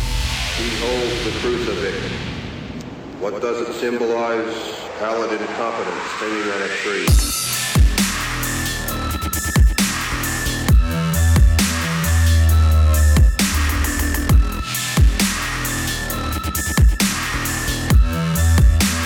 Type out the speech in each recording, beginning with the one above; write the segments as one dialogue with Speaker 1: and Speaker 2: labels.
Speaker 1: He holds the crucifix. What does it symbolize? Pallid incompetence hanging on a tree.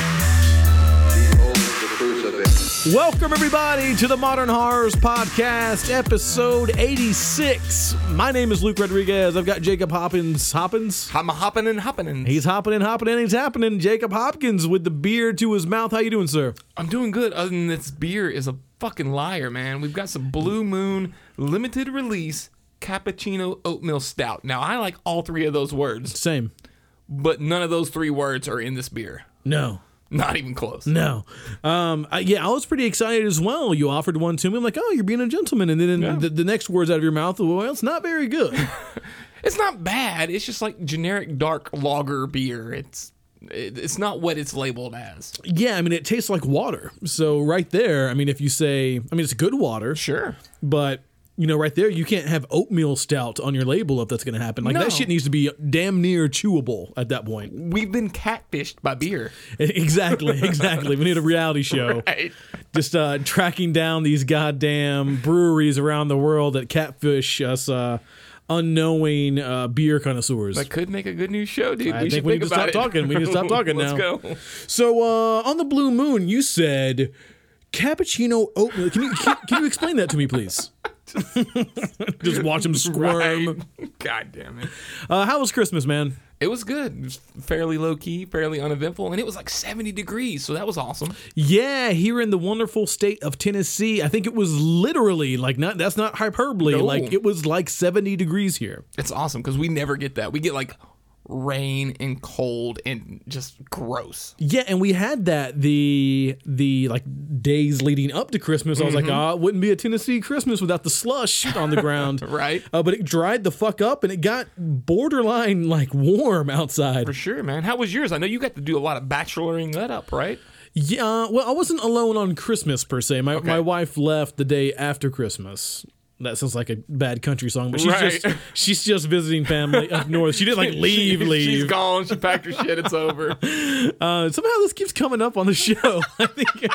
Speaker 1: He holds the crucifix.
Speaker 2: Welcome, everybody, to the Modern Horrors Podcast, episode 86. My name is Luke Rodriguez. I've got Jacob Hoppins. Hoppins?
Speaker 3: I'm hopping and hopping and
Speaker 2: He's hopping and hopping and he's happening. Jacob Hopkins with the beard to his mouth. How you doing, sir?
Speaker 3: I'm doing good. Other than this beer is a fucking liar, man. We've got some Blue Moon limited release cappuccino oatmeal stout. Now I like all three of those words,
Speaker 2: Same.
Speaker 3: but none of those three words are in this beer.
Speaker 2: No.
Speaker 3: Not even close.
Speaker 2: No. Um, I, yeah, I was pretty excited as well. You offered one to me. I'm like, oh, you're being a gentleman. And then the, the next words out of your mouth, well, it's not very good.
Speaker 3: It's not bad. It's just like generic dark lager beer. It's it, it's not what it's labeled as.
Speaker 2: yeah, I mean, it tastes like water. So, right there, I mean, if you say, I mean, it's good water.
Speaker 3: Sure.
Speaker 2: But you know, right there, you can't have oatmeal stout on your label if that's going to happen. Like
Speaker 3: No.
Speaker 2: that shit needs to be damn near chewable at that point.
Speaker 3: We've been catfished by beer.
Speaker 2: exactly, exactly. We need a reality show.
Speaker 3: Right.
Speaker 2: Just uh, tracking down these goddamn breweries around the world that catfish us uh, unknowing uh, beer connoisseurs.
Speaker 3: That could make a good news show, dude.
Speaker 2: I
Speaker 3: we
Speaker 2: think
Speaker 3: should
Speaker 2: we
Speaker 3: think
Speaker 2: need to stop
Speaker 3: about it.
Speaker 2: talking. We need to stop talking
Speaker 3: Let's
Speaker 2: now.
Speaker 3: go.
Speaker 2: so uh, on the blue moon, you said cappuccino oatmeal. Can you can, can you explain that to me, please? Just watch him squirm.
Speaker 3: Right. God damn it.
Speaker 2: Uh, how was Christmas, man?
Speaker 3: It was good. It was fairly low key, fairly uneventful, and it was like 70 degrees, so that was awesome.
Speaker 2: Yeah, here in the wonderful state of Tennessee, I think it was literally like not that's not hyperbole.
Speaker 3: No.
Speaker 2: Like it was like 70 degrees here.
Speaker 3: It's awesome because we never get that. We get like rain and cold and just gross.
Speaker 2: Yeah, and we had that the the like days leading up to Christmas. I was
Speaker 3: Mm-hmm.
Speaker 2: like, ah, it wouldn't be a Tennessee Christmas without the slush on the ground.
Speaker 3: Right.
Speaker 2: Uh, but it dried the fuck up and it got borderline like warm outside.
Speaker 3: For sure, man. How was yours? I know you got to do a lot of bacheloring that up, right?
Speaker 2: Yeah, uh, well, I wasn't alone on Christmas per se. My my wife left the day after Christmas. That sounds like a bad country song, but she's
Speaker 3: Right.
Speaker 2: just she's just visiting family up north. She didn't like leave,
Speaker 3: She- She's
Speaker 2: leave.
Speaker 3: gone. She packed her shit. It's over.
Speaker 2: Uh, somehow this keeps coming up on the show. I think.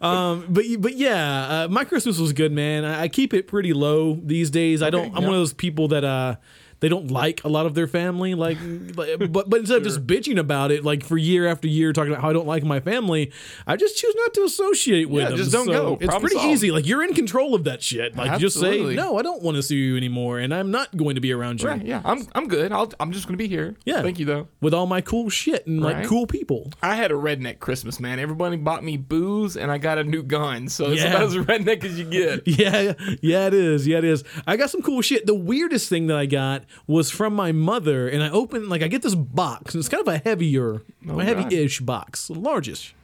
Speaker 2: um, but you- but yeah, uh, my Christmas was good, man. I, I keep it pretty low these days. I don't. I'm
Speaker 3: yeah.
Speaker 2: one of those people that uh, they don't like a lot of their family. Like, like- but but instead of just bitching about it, like for year after year, talking about how I don't like my family, I just choose not to associate with
Speaker 3: Yeah,
Speaker 2: them.
Speaker 3: just don't
Speaker 2: So
Speaker 3: go.
Speaker 2: It's
Speaker 3: Problem
Speaker 2: pretty
Speaker 3: solved.
Speaker 2: easy. Like you're in control of that shit. Like just say
Speaker 3: Absolutely.
Speaker 2: no. I don't want to see you anymore, and I'm not going to be around you.
Speaker 3: Right, yeah, I'm, I'm good. I'll, I'm just going to be here.
Speaker 2: Yeah.
Speaker 3: Thank you, though.
Speaker 2: With all my cool shit and like
Speaker 3: Right.
Speaker 2: cool people.
Speaker 3: I had a redneck Christmas, man. Everybody bought me booze and I got a new gun. So it's
Speaker 2: Yeah.
Speaker 3: about as redneck as you get.
Speaker 2: Yeah, yeah, it is. Yeah, it is. I got some cool shit. The weirdest thing that I got was from my mother, and I opened like I get this box, and it's kind of a heavier,
Speaker 3: Oh,
Speaker 2: a heavy-ish box, largish.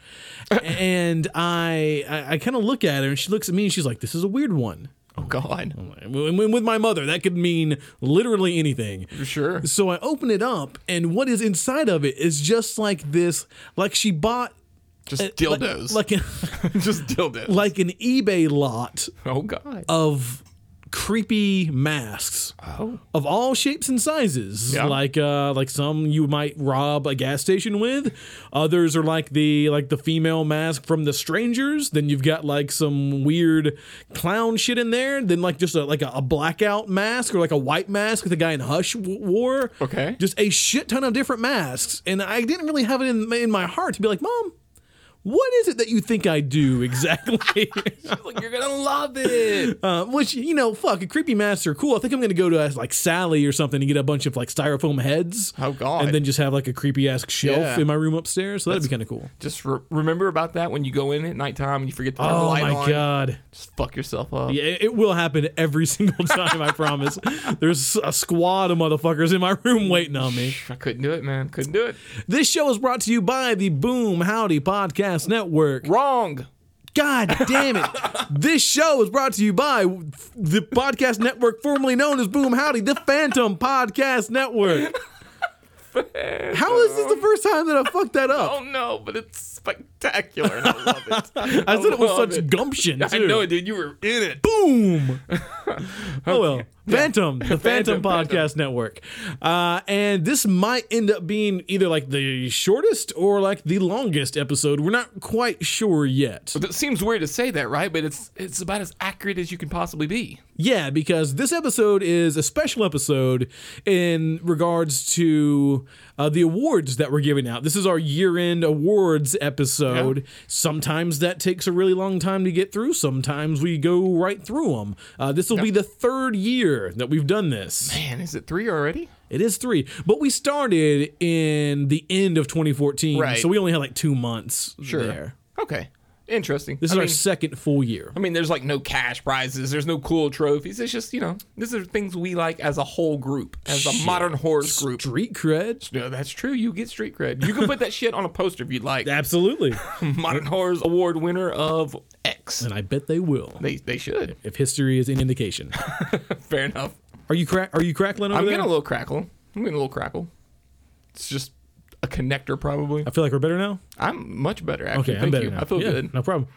Speaker 2: and I, I, I kind of look at her, and she looks at me, and she's like, "This is a weird one."
Speaker 3: Oh, God.
Speaker 2: And With my mother, that could mean literally anything.
Speaker 3: For sure.
Speaker 2: So I open it up, and what is inside of it is just like this, like she bought
Speaker 3: Just
Speaker 2: like-
Speaker 3: dildos.
Speaker 2: like an,
Speaker 3: just dildos.
Speaker 2: like an eBay lot
Speaker 3: oh God.
Speaker 2: of creepy masks
Speaker 3: oh.
Speaker 2: of all shapes and sizes.
Speaker 3: Yeah.
Speaker 2: Like uh, like some you might rob a gas station with. Others are like the like the female mask from The Strangers. Then you've got like some weird clown shit in there. Then like just a, like a, a blackout mask or like a white mask that the guy in Hush w- wore.
Speaker 3: Okay.
Speaker 2: Just a shit ton of different masks, and I didn't really have it in in my heart to be like, mom. What is it that you think I do exactly?
Speaker 3: Like, you're gonna love it.
Speaker 2: Uh, which you know, fuck, a creepy master, cool. I think I'm gonna go to uh, like Sally or something and get a bunch of like styrofoam heads.
Speaker 3: Oh, God.
Speaker 2: And then just have like a creepy ass shelf
Speaker 3: Yeah.
Speaker 2: in my room upstairs. So that'd be kind of cool.
Speaker 3: Just re- remember about that when you go in at nighttime and you forget to turn the
Speaker 2: Oh
Speaker 3: light
Speaker 2: my
Speaker 3: on.
Speaker 2: god!
Speaker 3: Just fuck yourself up.
Speaker 2: Yeah, it, it will happen every single time. I promise. There's a squad of motherfuckers in my room waiting on me.
Speaker 3: I couldn't do it, man. Couldn't do it.
Speaker 2: This show is brought to you by the Boom Howdy Podcast Network.
Speaker 3: Wrong.
Speaker 2: God damn it. this show is brought to you by the podcast network formerly known as Boom Howdy, the Phantom Podcast Network. How is this the first time that I fucked that up?
Speaker 3: Oh no, but it's like
Speaker 4: spectacular. And I love it.
Speaker 2: I said it with
Speaker 3: love
Speaker 2: such
Speaker 3: it.
Speaker 2: gumption.
Speaker 3: I
Speaker 2: too.
Speaker 3: know it, dude. You were in it.
Speaker 2: Boom. oh well, Phantom, the Phantom,
Speaker 3: Phantom,
Speaker 2: Podcast Network, uh, and this might end up being either like the shortest or like the longest episode. We're not quite sure yet.
Speaker 3: It seems weird to say that, right? But it's it's about as accurate as you can possibly be.
Speaker 2: Yeah, because this episode is a special episode in regards to uh, the awards that we're giving out. This is our year-end awards episode. Sometimes that takes a really long time to get through. Sometimes we go right through them. Uh, this will be the third year that we've done this.
Speaker 3: Man, is it three already?
Speaker 2: It is three, but we started in the end of 2014,
Speaker 3: Right.
Speaker 2: so we only had like two months there.
Speaker 3: Okay. Interesting.
Speaker 2: This
Speaker 3: I
Speaker 2: is
Speaker 3: mean,
Speaker 2: our second full year.
Speaker 3: I mean, there's like no cash prizes. There's no cool trophies. It's just you know, these are things we like as a whole group, as a modern horse group.
Speaker 2: Street cred,
Speaker 3: No, that's true. You get street cred. You can put that shit on a poster if you'd like.
Speaker 2: absolutely,
Speaker 3: Modern Horror's award winner of X.
Speaker 2: and I bet they will.
Speaker 3: They they should.
Speaker 2: if history is any indication.
Speaker 3: Fair enough.
Speaker 2: Are you crack? Are you crackling over
Speaker 3: I'm
Speaker 2: there?
Speaker 3: getting a little crackle. I'm getting a little crackle. It's just a connector, probably.
Speaker 2: I feel like we're better now.
Speaker 3: I'm much better
Speaker 2: Okay,
Speaker 3: actually.
Speaker 2: I'm
Speaker 3: Thank
Speaker 2: better
Speaker 3: you.
Speaker 2: now.
Speaker 3: I feel
Speaker 2: Yeah,
Speaker 3: good.
Speaker 2: No problem.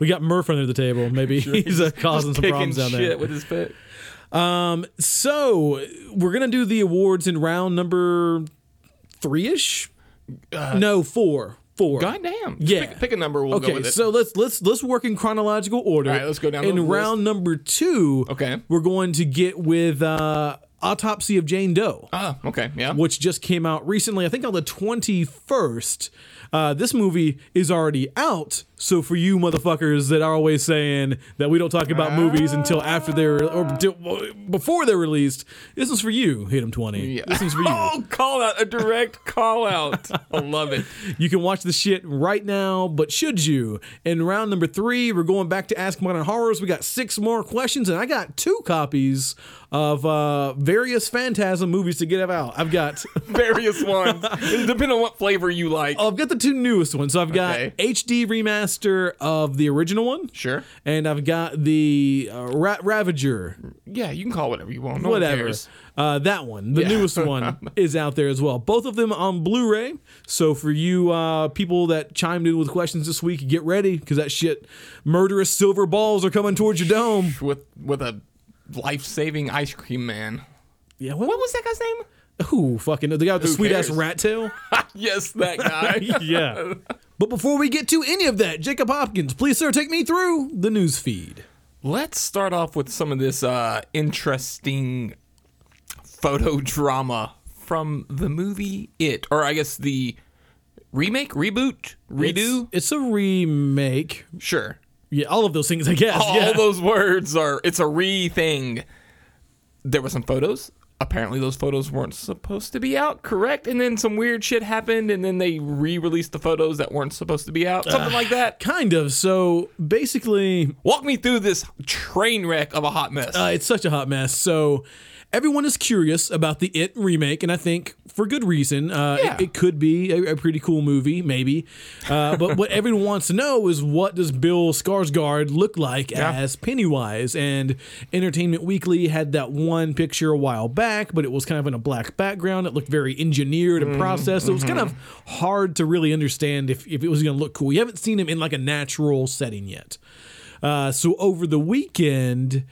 Speaker 2: we got Murph under the table. Maybe he's uh, causing some
Speaker 3: Kicking
Speaker 2: problems down
Speaker 3: shit
Speaker 2: there.
Speaker 3: with his foot.
Speaker 2: So we're gonna do the awards in round number three ish. no, four. Four.
Speaker 3: Goddamn.
Speaker 2: Yeah.
Speaker 3: Pick, pick a number. Uh, We'll
Speaker 2: okay,
Speaker 3: go with it.
Speaker 2: so let's let's let's work in chronological order. All
Speaker 3: right, let's go down
Speaker 2: In
Speaker 3: the list.
Speaker 2: round number two,
Speaker 3: Okay.
Speaker 2: we're going to get with uh, autopsy of Jane Doe.
Speaker 3: Ah, okay. Yeah.
Speaker 2: which just came out recently, I think on the 21st. Uh, this movie is already out. So for you motherfuckers that are always saying that we don't talk about movies until after they're or till- before they're released, this is for you. Hit 'em 20.
Speaker 3: Yeah.
Speaker 2: This is for you.
Speaker 3: Oh, call out a direct call out. I love it.
Speaker 2: You can watch the shit right now, but should you? In round number three, we're going back to Ask Modern Horrors. We got six more questions, and I got two copies of uh, various Phantasm movies to get out. I've got.
Speaker 3: Various ones, depending on what flavor you like.
Speaker 2: I've got the two newest ones. So I've got
Speaker 3: Okay.
Speaker 2: HD remaster of the original one.
Speaker 3: Sure.
Speaker 2: And I've got the uh, Ra- Ravager,
Speaker 3: Yeah, you can call it whatever you want. No one
Speaker 2: whatever.
Speaker 3: cares.
Speaker 2: Uh, that one, the newest one, is out there as well. Both of them on Blu ray. So for you uh, people that chimed in with questions this week, get ready because that shit, murderous silver balls are coming towards your dome.
Speaker 3: With with a life saving ice cream man.
Speaker 2: Yeah, what?
Speaker 3: What was that guy's name?
Speaker 2: Who fucking, the guy with the
Speaker 3: Who
Speaker 2: sweet ass
Speaker 3: cares?
Speaker 2: rat tail?
Speaker 3: yes, that guy.
Speaker 2: yeah. But before we get to any of that, Jacob Hopkins, please, sir, take me through the news feed.
Speaker 3: Let's start off with some of this uh, interesting photo drama from the movie It, or I guess the remake, reboot, redo.
Speaker 2: It's, it's a remake.
Speaker 3: sure,
Speaker 2: Yeah, all of those things, I guess.
Speaker 3: all
Speaker 2: yeah.
Speaker 3: those words are it's a re thing. There were some photos. Apparently, those photos weren't supposed to be out, correct? And then some weird shit happened, and then they re-released the photos that weren't supposed to be out, something like that.
Speaker 2: kind of. So basically,
Speaker 3: Walk me through this train wreck of a hot mess.
Speaker 2: uh, it's such a hot mess. So everyone is curious about the It remake, and I think for good reason. Uh, it-
Speaker 3: Yeah.
Speaker 2: it, could be a, a pretty cool movie, maybe. Uh, but what everyone wants to know is what does Bill Skarsgård look like as Pennywise? And Entertainment Weekly had that one picture a while back, but it was kind of in a black background. It looked very engineered and processed, so it was kind of hard to really understand if, if it was going to look cool. You haven't seen him in like a natural setting yet. Uh, so over the weekend,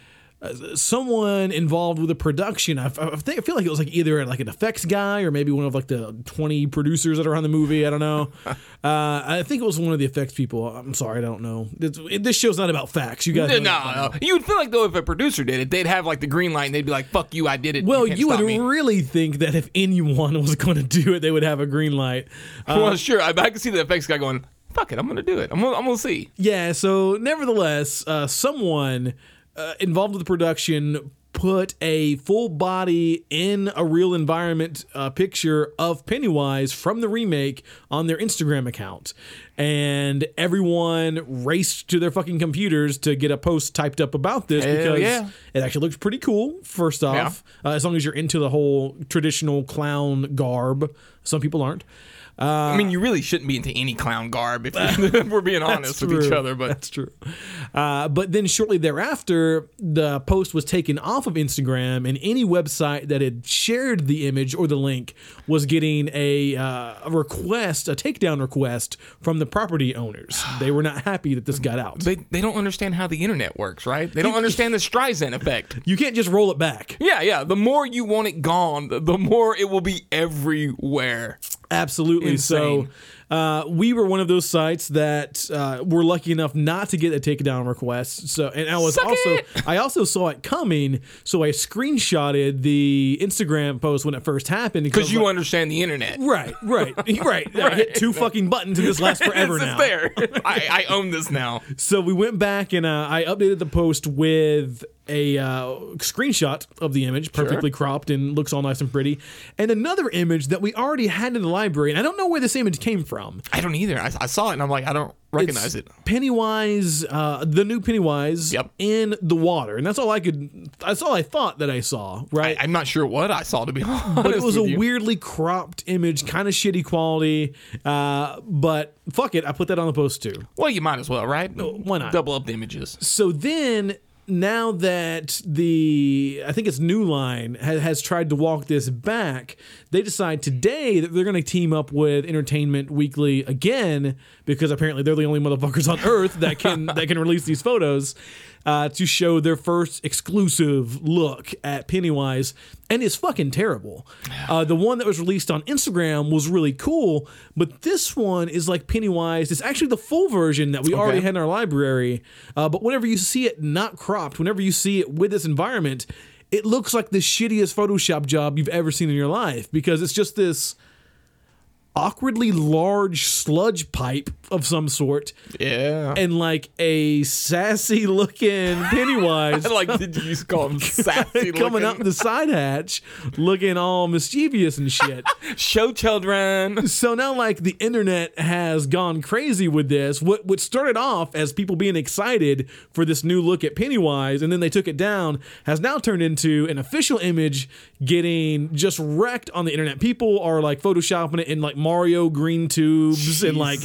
Speaker 2: uh, someone involved with the production, I, I, think, I feel like it was like either like an effects guy or maybe one of like the 20 producers that are on the movie. I don't know. uh, I think it was one of the effects people. I'm sorry, I don't know. This, it- this show's not about facts. You guys.
Speaker 3: No,
Speaker 2: know that by now.
Speaker 3: no, no. You would feel like though if a producer did it, they'd have like the green light and they'd be like, "Fuck you, I did it."
Speaker 2: Well,
Speaker 3: can't
Speaker 2: you would
Speaker 3: stop me."
Speaker 2: really think that if anyone was going to do it, they would have a green light.
Speaker 3: well, Uh, sure. I, I can see the effects guy going, "Fuck it, I'm gonna do it. I'm gonna, I'm gonna see."
Speaker 2: Yeah, so nevertheless, uh, someone uh, involved with the production put a full body in a real environment uh, picture of Pennywise from the remake on their Instagram account. And everyone raced to their fucking computers to get a post typed up about this
Speaker 3: Hell
Speaker 2: because
Speaker 3: yeah.
Speaker 2: it actually looks pretty cool, first off, uh, as long as you're into the whole traditional clown garb. Some people aren't.
Speaker 3: I mean, you really shouldn't be into any clown garb if, you, if we're being honest with each
Speaker 2: true.
Speaker 3: other. But
Speaker 2: That's true. Uh, but then shortly thereafter, the post was taken off of Instagram, and any website that had shared the image or the link was getting a, uh, a request, a takedown request from the property owners. They were not happy that this got out.
Speaker 3: they, they don't understand how the internet works, right? They don't understand the Streisand effect.
Speaker 2: You can't just roll it back.
Speaker 3: Yeah, yeah. The more you want it gone, the- the more it will be everywhere.
Speaker 2: Absolutely. So uh, we were one of those sites that uh, were lucky enough not to get a takedown request. So and I was
Speaker 3: Suck
Speaker 2: also
Speaker 3: it!
Speaker 2: I also saw it coming, so I screenshotted the Instagram post when it first happened
Speaker 3: Because you
Speaker 2: I was
Speaker 3: understand the internet.
Speaker 2: like, right, right, right. I hit two fucking buttons and this lasts forever
Speaker 3: this
Speaker 2: now.
Speaker 3: is there. I, I own this now.
Speaker 2: So we went back and uh, I updated the post with a uh, screenshot of the image, perfectly cropped and looks all nice and pretty, and another image that we already had in the library. And I don't know where this image came from.
Speaker 3: I don't either. I, I saw it and I'm like, I don't recognize
Speaker 2: It's
Speaker 3: it.
Speaker 2: Pennywise, uh, the new Pennywise
Speaker 3: Yep.
Speaker 2: in the water, and that's all I could. That's all I thought that I saw. Right,
Speaker 3: I, am not sure what I saw to be honest.
Speaker 2: but it was a
Speaker 3: with you.
Speaker 2: weirdly cropped image, kind of shitty quality. Uh, but fuck it, I put that on the post too.
Speaker 3: Well, you might as well, right?
Speaker 2: why not?
Speaker 3: Double up the images.
Speaker 2: So then. Now that the I think it's New Line has, has tried to walk this back, they decide today that they're going to team up with Entertainment Weekly again because apparently they're the only motherfuckers on Earth that can that can release these photos uh, to show their first exclusive look at Pennywise, and it's fucking terrible. Uh, the one that was released on Instagram was really cool, but this one is like Pennywise. It's actually the full version that we already had in our library, uh, but whenever you see it not cropped, whenever you see it with this environment, it looks like the shittiest Photoshop job you've ever seen in your life because it's just this awkwardly large sludge pipe of some sort
Speaker 3: Yeah.
Speaker 2: and like a sassy looking Pennywise
Speaker 3: like, did you just call him sassy?
Speaker 2: coming
Speaker 3: looking?
Speaker 2: up the side hatch looking all mischievous and shit.
Speaker 3: Show children.
Speaker 2: so now like the internet has gone crazy with this. What what started off as people being excited for this new look at Pennywise and then they took it down has now turned into an official image getting just wrecked on the internet. People are like photoshopping it in like Mario green tubes and like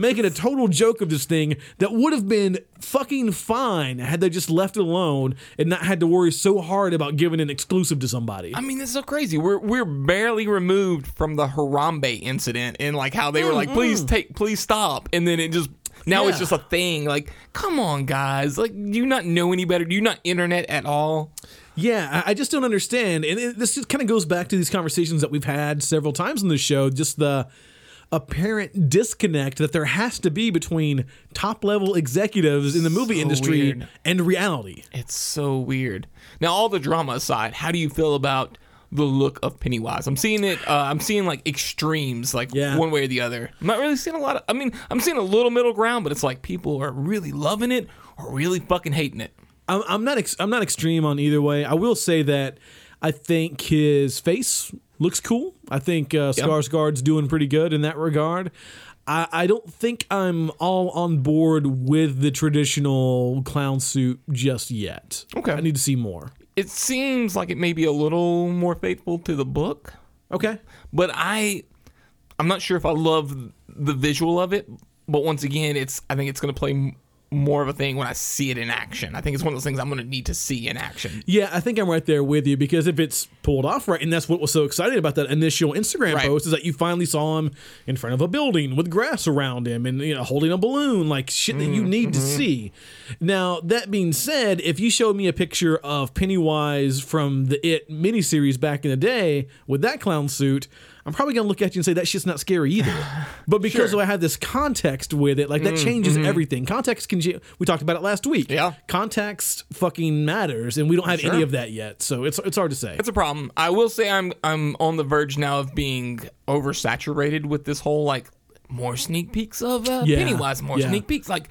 Speaker 2: making a total joke of this thing that would have been fucking fine had they just left it alone and not had to worry so hard about giving an exclusive to somebody.
Speaker 3: I mean, this is so crazy. We're we're barely removed from the Harambe incident and like how they were like, please take, please stop, and then it just now
Speaker 2: Mm-hmm.
Speaker 3: it's
Speaker 2: Yeah.
Speaker 3: just a thing. Like, come on, guys. Like, do you not know any better? Do you not internet at all?
Speaker 2: Yeah, I I just don't understand. And it, this kind of goes back to these conversations that we've had several times on the show, just the apparent disconnect that there has to be between top level executives in the movie
Speaker 3: So
Speaker 2: industry
Speaker 3: weird.
Speaker 2: and reality.
Speaker 3: It's so weird. Now, all the drama aside, how do you feel about the look of Pennywise? I'm seeing it. Uh, I'm seeing like extremes, like
Speaker 2: Yeah.
Speaker 3: one way or the other. I'm not really seeing a lot of. I mean, I'm seeing a little middle ground, but it's like people are really loving it or really fucking hating it.
Speaker 2: I'm, I'm not ex- I'm not extreme on either way. I will say that I think his face looks cool. I think uh, Skarsgård's doing pretty good in that regard. I, I don't think I'm all on board with the traditional clown suit just yet.
Speaker 3: Okay.
Speaker 2: I need to see more.
Speaker 3: It seems like it may be a little more faithful to the book,
Speaker 2: Okay.
Speaker 3: but I, I'm not sure if I love the visual of it. But once again, it's. I think it's going to play. m- More of a thing when I see it in action. I think it's one of those things I'm going to need to see in action.
Speaker 2: Yeah, I think I'm right there with you because if it's pulled off right, and that's what was so exciting about that initial Instagram
Speaker 3: Right.
Speaker 2: post is that you finally saw him in front of a building with grass around him and you know holding a balloon, like shit that
Speaker 3: Mm-hmm.
Speaker 2: you need to see. Now that being said, if you showed me a picture of Pennywise from the It miniseries back in the day with that clown suit. I'm probably gonna look at you and say that shit's not scary either, but because
Speaker 3: Sure. Mm-hmm.
Speaker 2: I have this context with it, like that changes everything. Context can cha- we talked about it last week
Speaker 3: Yeah.
Speaker 2: context fucking matters, and we don't have any of that yet. So it's it's hard to say.
Speaker 3: That's a problem. I will say I'm I'm on the verge now of being oversaturated with this whole like more sneak peeks of uh,
Speaker 2: Yeah.
Speaker 3: Pennywise, more
Speaker 2: Yeah.
Speaker 3: sneak peeks. Like,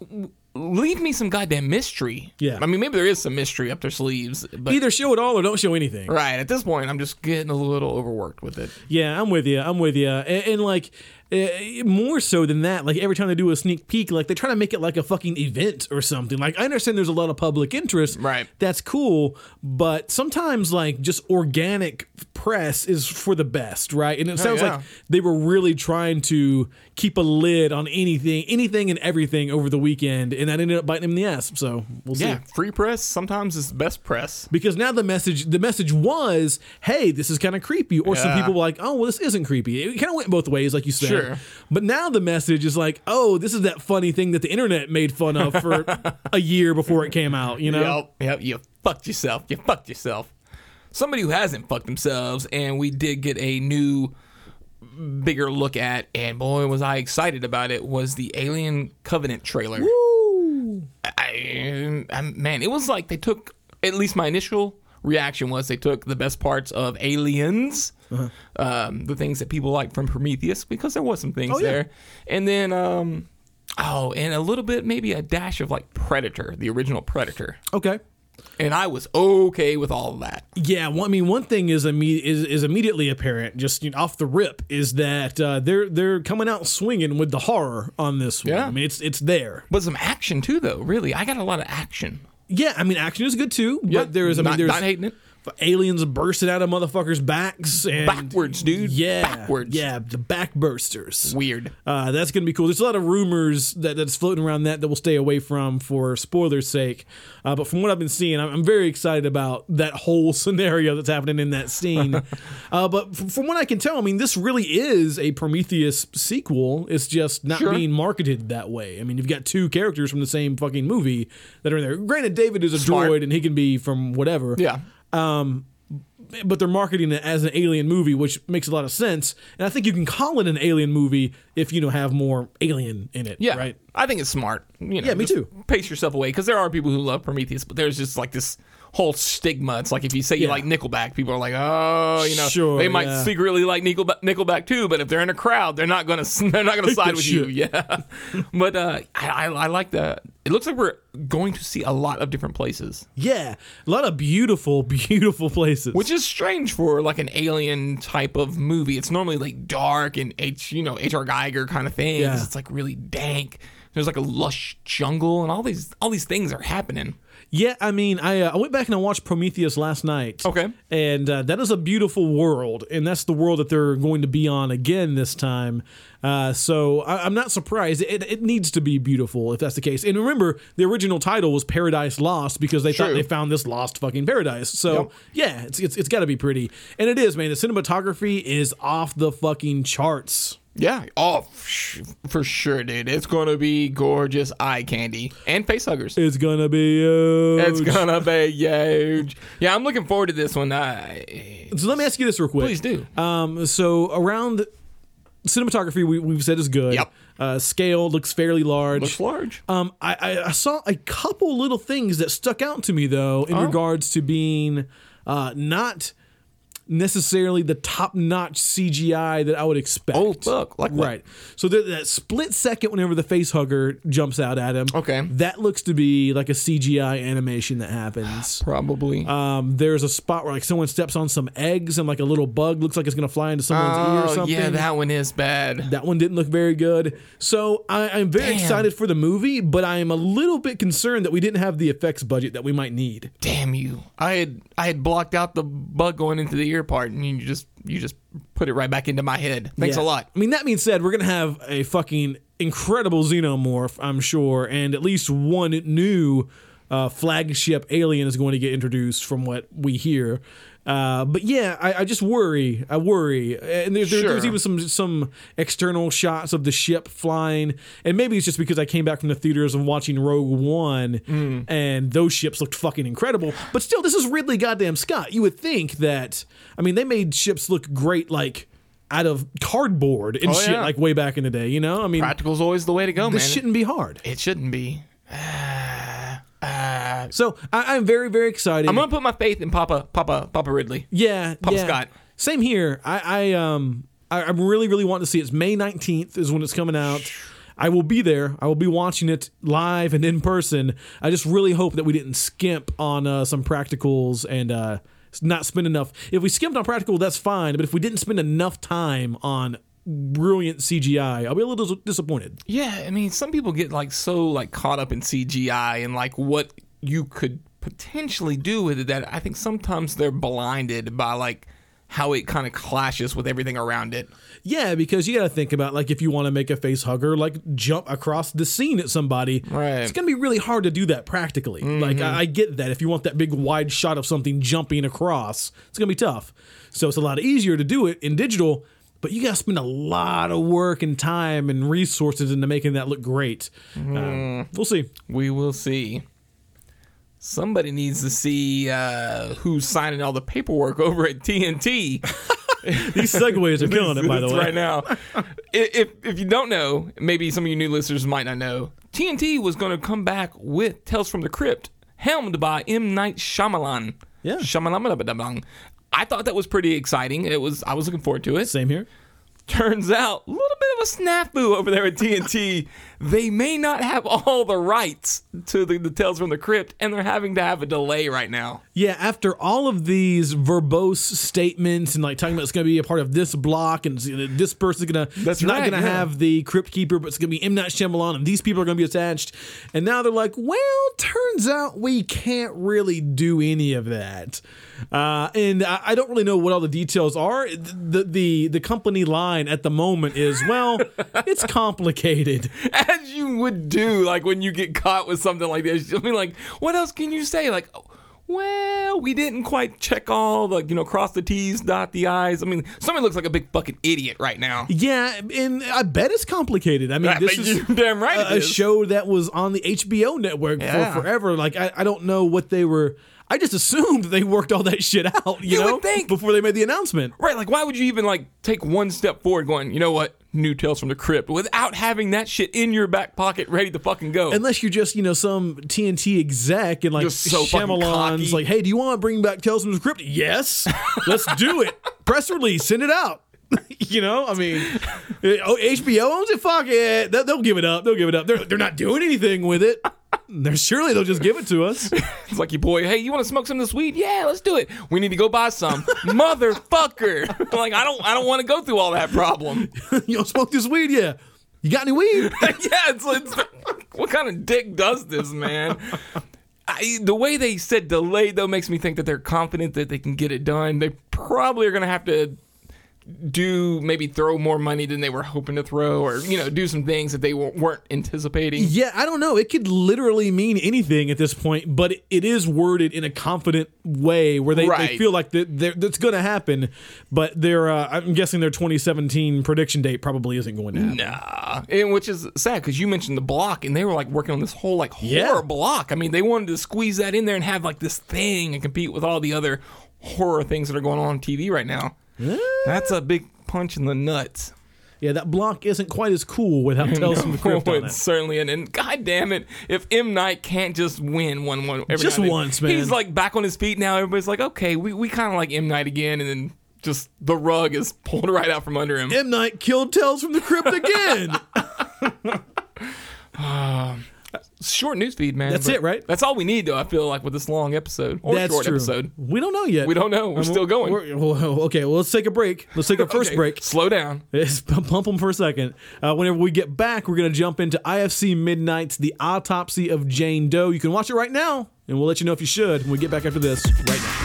Speaker 3: w- leave me some goddamn mystery.
Speaker 2: Yeah.
Speaker 3: I mean, maybe there is some mystery up their sleeves, but
Speaker 2: Either show it all or don't show anything.
Speaker 3: right at this point, I'm just getting a little overworked with it.
Speaker 2: Yeah, I'm with you. I'm with you. And, and like, eh, more so than that, like every time they do a sneak peek, like they try to make it like a fucking event or something. Like I understand there's a lot of public interest,
Speaker 3: Right.
Speaker 2: That's cool, but sometimes like just organic press is for the best, right? And it sounds
Speaker 3: yeah.
Speaker 2: like they were really trying to keep a lid on anything, anything and everything over the weekend, and that ended up biting him in the ass. So we'll see.
Speaker 3: Yeah, free press sometimes is best press.
Speaker 2: Because now the message, the message was, "Hey, this is kind of creepy," or some
Speaker 3: Yeah.
Speaker 2: people were like, "Oh, well, this isn't creepy." It kind of went both ways, like you said.
Speaker 3: Sure.
Speaker 2: But now the message is like, "Oh, this is that funny thing that the internet made fun of for a year before it came out." You know?
Speaker 3: Yep, yep, you fucked yourself. You fucked yourself. Somebody who hasn't fucked themselves, and we did get a new, bigger look at, and boy, was I excited about it, was the Alien Covenant trailer. I, I, man, it was like they took, at least my initial reaction was they took the best parts of Aliens, um, the things that people like from Prometheus, because there was some things
Speaker 2: yeah.
Speaker 3: there. And then, um, oh, and a little bit, maybe a dash of like Predator, the original Predator
Speaker 2: Okay.
Speaker 3: and I was okay with all of that.
Speaker 2: Yeah, well, I mean, one thing is, imme- is is immediately apparent, just you know, off the rip, is that uh, they're they're coming out swinging with the horror on this one.
Speaker 3: Yeah.
Speaker 2: I mean, it's it's there.
Speaker 3: But some action too, though. Really, I got a lot of action.
Speaker 2: Yeah, I mean, action is good too,
Speaker 3: Yeah,
Speaker 2: but there is, I
Speaker 3: not,
Speaker 2: mean, there's
Speaker 3: not hating it.
Speaker 2: aliens bursting out of motherfuckers' backs and
Speaker 3: Backwards, dude.
Speaker 2: Yeah,
Speaker 3: backwards.
Speaker 2: Yeah, the backbursters.
Speaker 3: weird.
Speaker 2: Uh, that's going to be cool. There's a lot of rumors that, that's floating around that that we'll stay away from for spoilers' sake. Uh, but from what I've been seeing, I'm, I'm very excited about that whole scenario that's happening in that scene. uh, but from, from what I can tell, I mean, this really is a Prometheus sequel. It's just not
Speaker 3: Sure.
Speaker 2: being marketed that way. I mean, you've got two characters from the same fucking movie that are in there. Granted, David is a
Speaker 3: Smart.
Speaker 2: droid and he can be from whatever
Speaker 3: Yeah,
Speaker 2: but they're marketing it as an alien movie, which makes a lot of sense. And I think you can call it an alien movie if you know have more alien in it.
Speaker 3: yeah.
Speaker 2: Right.
Speaker 3: I think it's smart. You know,
Speaker 2: Yeah, me
Speaker 3: just
Speaker 2: too.
Speaker 3: Pace yourself away because there are people who love Prometheus, but there's just like this whole stigma. It's like if you say you
Speaker 2: Yeah.
Speaker 3: like Nickelback, people are like, oh, you know,
Speaker 2: Sure,
Speaker 3: they might
Speaker 2: yeah.
Speaker 3: secretly like Nickelback, Nickelback too. But if they're in a crowd, they're not gonna they're not gonna side
Speaker 2: that
Speaker 3: with you.
Speaker 2: shit.
Speaker 3: Yeah, but uh, I, I, I like the. It looks like we're going to see a lot of different places.
Speaker 2: Yeah. A lot of beautiful, beautiful places.
Speaker 3: which is strange for like an alien type of movie. It's normally like dark and H, you know, H.R. Geiger kind of things.
Speaker 2: Yeah.
Speaker 3: It's like really dank. There's like a lush jungle, and all these all these things are happening.
Speaker 2: yeah, I mean, I uh, I went back and I watched Prometheus last night.
Speaker 3: Okay.
Speaker 2: And uh, that is a beautiful world, and that's the world that they're going to be on again this time. Uh, so I, I'm not surprised. It, it needs to be beautiful if that's the case. And remember, the original title was Paradise Lost because they thought
Speaker 3: True.
Speaker 2: they found this lost fucking paradise. So
Speaker 3: Yep.
Speaker 2: yeah, it's it's, it's got to be pretty, and it is, man. The cinematography is off the fucking charts.
Speaker 3: Yeah. Oh, sh- for sure, dude. It's gonna be gorgeous eye candy and face huggers.
Speaker 2: It's gonna be. Uh,
Speaker 3: It's gonna be huge. Yeah, I'm looking forward to this one. I,
Speaker 2: so let me ask you this real quick.
Speaker 3: please do.
Speaker 2: Um, so around cinematography, we, we've said is good.
Speaker 3: Yep.
Speaker 2: Uh, scale looks fairly large.
Speaker 3: Looks large.
Speaker 2: Um, I, I, I saw a couple little things that stuck out to me though
Speaker 3: Oh.
Speaker 2: in regards to being uh, not necessarily the top notch CGI that I would expect.
Speaker 3: Oh fuck! Like what?
Speaker 2: Right. So that, that split second whenever the face hugger jumps out at him.
Speaker 3: Okay.
Speaker 2: That looks to be like a CGI animation that happens.
Speaker 3: Probably.
Speaker 2: Um, there's a spot where like someone steps on some eggs and like a little bug looks like it's gonna fly into someone's ear or
Speaker 3: oh
Speaker 2: something.
Speaker 3: yeah, that one is bad.
Speaker 2: That one didn't look very good. So I, I'm very
Speaker 3: Damn.
Speaker 2: excited for the movie, but I am a little bit concerned that we didn't have the effects budget that we might need.
Speaker 3: damn you i had i had blocked out the bug going into the ear part and you just you just put it right back into my head thanks
Speaker 2: Yeah.
Speaker 3: a lot
Speaker 2: I mean, that being said, we're gonna have a fucking incredible xenomorph, I'm sure, and at least one new uh, flagship alien is going to get introduced, from what we hear. Uh, but yeah, I, I just worry. I worry, and there, there,
Speaker 3: Sure.
Speaker 2: there's even some some external shots of the ship flying, and maybe it's just because I came back from the theaters and watching Rogue One,
Speaker 3: Mm.
Speaker 2: and those ships looked fucking incredible. But still, this is Ridley goddamn Scott. You would think that I mean they made ships look great like out of cardboard and
Speaker 3: Oh,
Speaker 2: shit
Speaker 3: yeah.
Speaker 2: like way back in the day. You know, I mean
Speaker 3: practical's always the way to go man
Speaker 2: this shouldn't be hard.
Speaker 3: it shouldn't be Uh,
Speaker 2: So I, I'm very very excited.
Speaker 3: i'm gonna put my faith in papa papa papa ridley
Speaker 2: Yeah,
Speaker 3: Papa
Speaker 2: yeah.
Speaker 3: Scott.
Speaker 2: Same here. I, I um, I, I'm really, really wanting to see it. It's May 19th is when it's coming out. I will be there. I will be watching it live and in person. I just really hope that we didn't skimp on uh, some practicals and uh, not spend enough. If we skimped on practical, that's fine. But if we didn't spend enough time on brilliant CGI, I'll be a little dis- disappointed.
Speaker 3: yeah i mean some people get like so like caught up in cgi and like what you could potentially do with it that i think sometimes they're blinded by like how it kind of clashes with everything around it.
Speaker 2: Yeah, because you got to think about like if you want to make a face hugger like jump across the scene at somebody,
Speaker 3: Right. Mm-hmm.
Speaker 2: it's gonna be really hard to do that practically. Like I, I get that if you want that big wide shot of something jumping across, it's gonna be tough. So it's a lot easier to do it in digital, but you got to spend a lot of work and time and resources into making that look great.
Speaker 3: Mm-hmm.
Speaker 2: Uh, we'll see.
Speaker 3: We will see. Somebody needs to see uh, who's signing all the paperwork over at TNT.
Speaker 2: These segues are killing it, Oh, by the
Speaker 3: It's
Speaker 2: way.
Speaker 3: right now. I- if if you don't know, maybe some of you new listeners might not know, TNT was going to come back with Tales from the Crypt, helmed by M Night Shyamalan.
Speaker 2: Yeah.
Speaker 3: Shyamalan. I thought that was pretty exciting. It was. I was looking forward to it.
Speaker 2: Same here.
Speaker 3: Turns out, a little bit of a snafu over there at TNT. they may not have all the rights to the, the Tales from the Crypt, and they're having to have a delay right now.
Speaker 2: Yeah, after all of these verbose statements and like talking about it's going to be a part of this block and it's- uh, this person's going to
Speaker 3: That's
Speaker 2: not
Speaker 3: right,
Speaker 2: going to
Speaker 3: yeah.
Speaker 2: have the crypt keeper, but it's going to be M Night Shyamalan and these people are going to be attached. And now they're like, well, turns out we can't really do any of that. Uh, and I, I don't really know what all the details are. The the the company line at the moment is well, it's complicated.
Speaker 3: as you would do, like when you get caught with something like this. I mean, like, what else can you say? Like, oh, well, we didn't quite check all the, you know, cross the T's, dot the I's. I mean, somebody looks like a big fucking idiot right now.
Speaker 2: Yeah, and I bet it's complicated. I mean,
Speaker 3: I
Speaker 2: this
Speaker 3: think
Speaker 2: is
Speaker 3: you're damn right.
Speaker 2: a,
Speaker 3: it
Speaker 2: a
Speaker 3: is.
Speaker 2: show that was on the HBO network
Speaker 3: Yeah.
Speaker 2: for forever. Like I, I don't know what they were. I just assumed that they worked all that shit out. You,
Speaker 3: You
Speaker 2: know,
Speaker 3: would think.
Speaker 2: before they made the announcement.
Speaker 3: Right, like, why would you even, like, take one step forward going, you know what? New Tales from the Crypt without having that shit in your back pocket ready to fucking go.
Speaker 2: Unless you're just you know some TNT exec and like
Speaker 3: Just so fucking
Speaker 2: Shyamalan's
Speaker 3: cocky.
Speaker 2: like, hey, do you want to bring back Tales from the Crypt? Yes, let's do it. Press release, send it out. you know, I mean, eh, oh, HBO owns it. Fuck it, They- they'll give it up. They'll give it up. They're they're not doing anything with it. They're surely they'll just give it to us.
Speaker 3: it's like your boy, hey, you want to smoke some of this weed? Yeah, let's do it. We need to go buy some, motherfucker. like, I don't, I don't want to go through all that problem.
Speaker 2: you don't smoke this weed, yeah. You got any weed?
Speaker 3: yeah, it's, it's what kind of dick does this, man? I, the way they said delayed though makes me think that they're confident that they can get it done. They probably are going to have to do maybe throw more money than they were hoping to throw, or you know, do some things that they wa- weren't anticipating.
Speaker 2: yeah, I don't know. It could literally mean anything at this point, but it, it is worded in a confident way where they, they
Speaker 3: Right.
Speaker 2: feel like that they're- that's going to happen. But their uh, I'm guessing their 2017 prediction date probably isn't going to happen.
Speaker 3: Nah, and which is sad because you mentioned the block, and they were like working on this whole like horror
Speaker 2: Yeah.
Speaker 3: block. I mean, they wanted to squeeze that in there and have like this thing and compete with all the other horror things that are going on on TV right now. That's a big punch in the nuts.
Speaker 2: Yeah, that block isn't quite as cool without Tales from the Crypt
Speaker 3: Oh,
Speaker 2: on
Speaker 3: it's
Speaker 2: it.
Speaker 3: certainly an and god damn it if M Night can't just win one one every
Speaker 2: Just
Speaker 3: now and then.
Speaker 2: once, man.
Speaker 3: He's like back on his feet now. Everybody's like, okay, we, we kind of like M Night again, and then just the rug is pulled right out from under him.
Speaker 2: M. Night killed Tales from the Crypt again.
Speaker 3: Short news feed, man.
Speaker 2: That's
Speaker 3: but
Speaker 2: it, right?
Speaker 3: That's all we need, though. I feel like with this long episode or
Speaker 2: That's
Speaker 3: short
Speaker 2: true.
Speaker 3: episode,
Speaker 2: We don't know yet.
Speaker 3: we don't know. We're still going.
Speaker 2: We're- well, okay, well, let's take a break. Let's take our first
Speaker 3: Okay,
Speaker 2: break.
Speaker 3: Slow down.
Speaker 2: Let's pump pump them for a second. Uh, whenever we get back, we're going to jump into IFC Midnight's The Autopsy of Jane Doe. You can watch it right now, and we'll let you know if you should when we get back after this right now.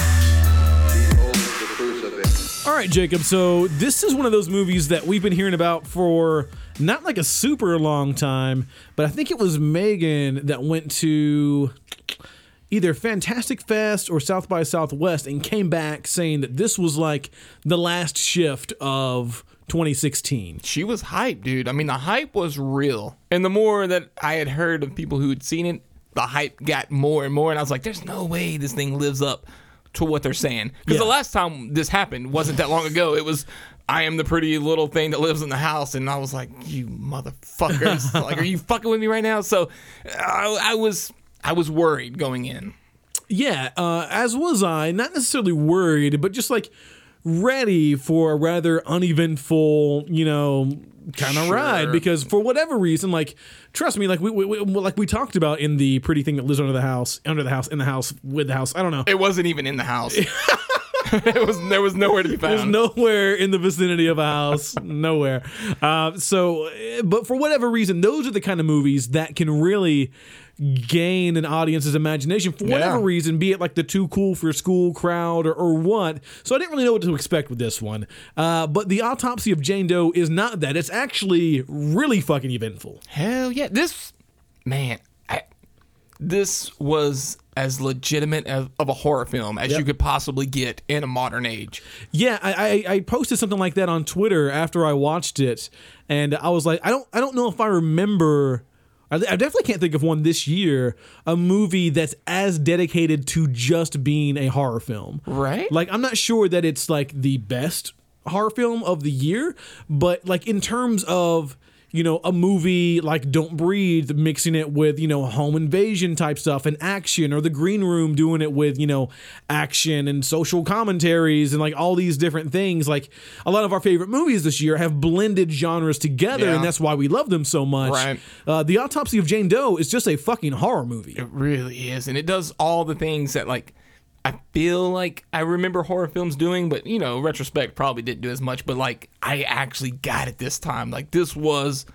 Speaker 1: Behold the crucifix.
Speaker 2: All right, Jacob. So, this is one of those movies that we've been hearing about for not like a super long time, but I think it was Megan that went to either Fantastic Fest or South by Southwest and came back saying that this was like the last shift of 2016.
Speaker 3: She was hyped, dude. I mean, the hype was real. And the more that I had heard of people who had seen it, the hype got more and more. And I was like, there's no way this thing lives up to what they're saying. Because the
Speaker 2: Yeah.
Speaker 3: last time this happened wasn't that long ago. It was, I am the pretty little thing that lives in the house. And I was like, you motherfuckers. like, are you fucking with me right now? So I, I was. I was worried going in.
Speaker 2: Yeah, uh, as was I. Not necessarily worried, but just like ready for a rather uneventful, you know, kind of
Speaker 3: Sure.
Speaker 2: ride. Because for whatever reason, like trust me, like we, we, we like we talked about in the pretty thing that lives under the house, under the house, in the house, with the house. I don't know.
Speaker 3: It wasn't even in the house. it was there was nowhere to be found.
Speaker 2: There's nowhere in the vicinity of a house. nowhere. Uh, so, eh, but for whatever reason, those are the kind of movies that can really gain an audience's imagination for whatever
Speaker 3: Yeah.
Speaker 2: reason, be it like the too cool for school crowd or, or what. So I didn't really know what to expect with this one. Uh, but the autopsy of Jane Doe is not that. It's actually really fucking eventful.
Speaker 3: Hell yeah! This man, I, this was as legitimate as, of a horror film as you could possibly get in a modern age.
Speaker 2: Yeah, I, I I posted something like that on Twitter after I watched it, and I was like, I don't I don't know if I remember. I I definitely can't think of one this year, a movie that's as dedicated to just being a horror film.
Speaker 3: Right?
Speaker 2: Like, I'm not sure that it's like the best horror film of the year, but like in terms of, you know, a movie like Don't Breathe mixing it with, you know, home invasion type stuff and action or The Green Room doing it with, you know, action and social commentaries and like all these different things. Like a lot of our favorite movies this year have blended genres together
Speaker 3: Yeah.
Speaker 2: and that's why we love them so much.
Speaker 3: Right.
Speaker 2: Uh, the Autopsy of Jane Doe is just a fucking horror movie.
Speaker 3: It really is, and it does all the things that like I feel like I remember horror films doing, but you know, retrospect probably didn't do as much. But like, I actually got it this time. Like, this was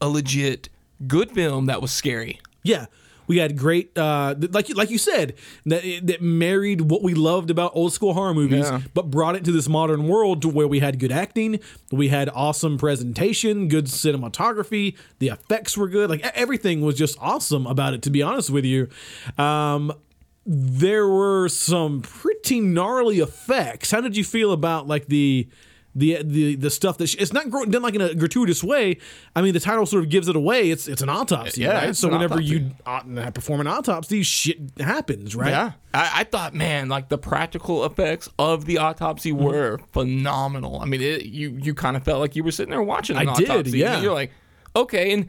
Speaker 3: a legit good film that was scary.
Speaker 2: Yeah. We had great, uh, th- like you- like you said, that that married what we loved about old school horror movies,
Speaker 3: Yeah.
Speaker 2: but brought it to this modern world to where we had good acting, we had awesome presentation, good cinematography, the effects were good, like e- everything was just awesome about it. To be honest with you, um, there were some pretty gnarly effects. How did you feel about like the the the the stuff that she, it's not gro- done like in a gratuitous way? I mean, the title sort of gives it away. It's it's an autopsy,
Speaker 3: Yeah,
Speaker 2: right?
Speaker 3: it's
Speaker 2: So
Speaker 3: an
Speaker 2: whenever
Speaker 3: autopsy.
Speaker 2: you aut- perform an autopsy, shit happens, right?
Speaker 3: I, I thought, man, like the practical effects of the autopsy
Speaker 2: Mm-hmm.
Speaker 3: were phenomenal. I mean, it, you you kind of felt like you were sitting there watching an
Speaker 2: I did,
Speaker 3: autopsy. and
Speaker 2: yeah.
Speaker 3: you're like, okay. And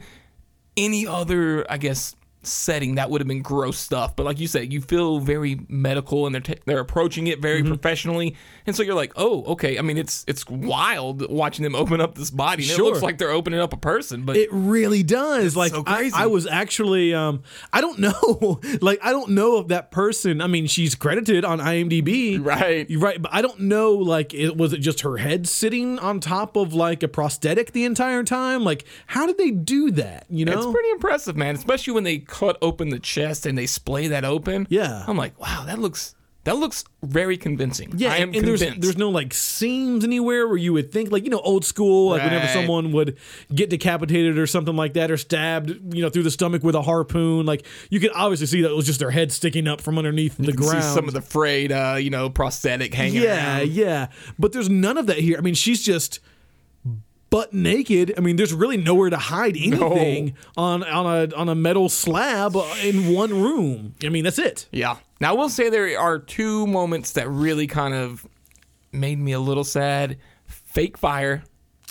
Speaker 3: any other, I guess, setting that would have been gross stuff. But like you said, you feel very medical, and they're t- they're approaching it very
Speaker 2: Mm-hmm.
Speaker 3: professionally. And so you're like, oh, okay. I mean, it's it's wild watching them open up this body. And It
Speaker 2: Sure.
Speaker 3: looks like they're opening up a person, but
Speaker 2: It really does. like
Speaker 3: so
Speaker 2: I-
Speaker 3: crazy.
Speaker 2: I, was actually, um, I don't know, like I don't know if that person. I mean, she's credited on IMDb,
Speaker 3: Right.
Speaker 2: You're right, but I don't know. Like, it, was it just her head sitting on top of like a prosthetic the entire time? Like, how did they do that? You know,
Speaker 3: It's pretty impressive, man. Especially when they cut open the chest and they splay that open.
Speaker 2: Yeah.
Speaker 3: I'm like, wow, that looks that looks very convincing.
Speaker 2: Yeah,
Speaker 3: I am
Speaker 2: and, and there's
Speaker 3: convinced.
Speaker 2: there's no like seams anywhere where you would think like you know old school like whenever
Speaker 3: Right.
Speaker 2: someone would get decapitated or something like that or stabbed you know through the stomach with a harpoon like you could obviously see that it was just their head sticking up from underneath the
Speaker 3: You
Speaker 2: ground.
Speaker 3: see some of the frayed, uh, you know, prosthetic hanging.
Speaker 2: yeah,
Speaker 3: around.
Speaker 2: yeah, but there's none of that here. I mean, she's just butt naked. I mean, there's really nowhere to hide anything on on a on a metal slab in one room. I mean, that's it.
Speaker 3: yeah. Now I will say there are two moments that really kind of made me a little sad. Fake fire.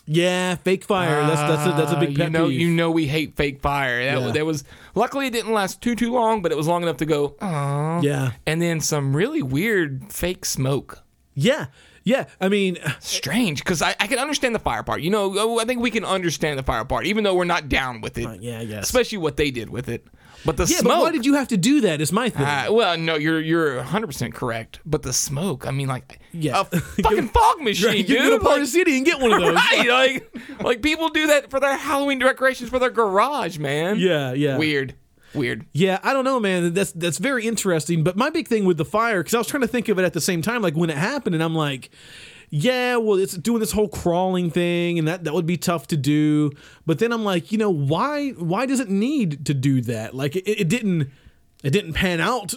Speaker 2: Yeah, fake fire. that's that's a, that's a
Speaker 3: Uh,
Speaker 2: big pet
Speaker 3: you know,
Speaker 2: peeve.
Speaker 3: you know, we hate fake fire. That,
Speaker 2: Yeah.
Speaker 3: There was luckily it didn't last too too long, but it was long enough to go. Aw.
Speaker 2: yeah.
Speaker 3: And then some really weird fake smoke.
Speaker 2: Yeah. Yeah. I mean,
Speaker 3: strange because I, I can understand the fire part. You know, oh, I think we can understand the fire part, even though we're not down with it.
Speaker 2: yeah, yes.
Speaker 3: Especially what they did with it. But the
Speaker 2: yeah,
Speaker 3: smoke.
Speaker 2: but why did you have to do that? Is my thing.
Speaker 3: uh, well, no, you're you're 100 percent correct. But the smoke. I mean, like
Speaker 2: Yeah.
Speaker 3: a fucking fog machine,
Speaker 2: you
Speaker 3: dude.
Speaker 2: can go to Party
Speaker 3: like,
Speaker 2: City and get one of those.
Speaker 3: right, like like people do that for their Halloween decorations for their garage, man.
Speaker 2: Yeah, yeah.
Speaker 3: Weird, weird.
Speaker 2: Yeah, I don't know, man. That's that's very interesting. But my big thing with the fire, because I was trying to think of it at the same time, like when it happened, and I'm like, yeah, well, it's doing this whole crawling thing, and that that would be tough to do. But then I'm like, you know, why why does it need to do that? Like it, it didn't it didn't pan out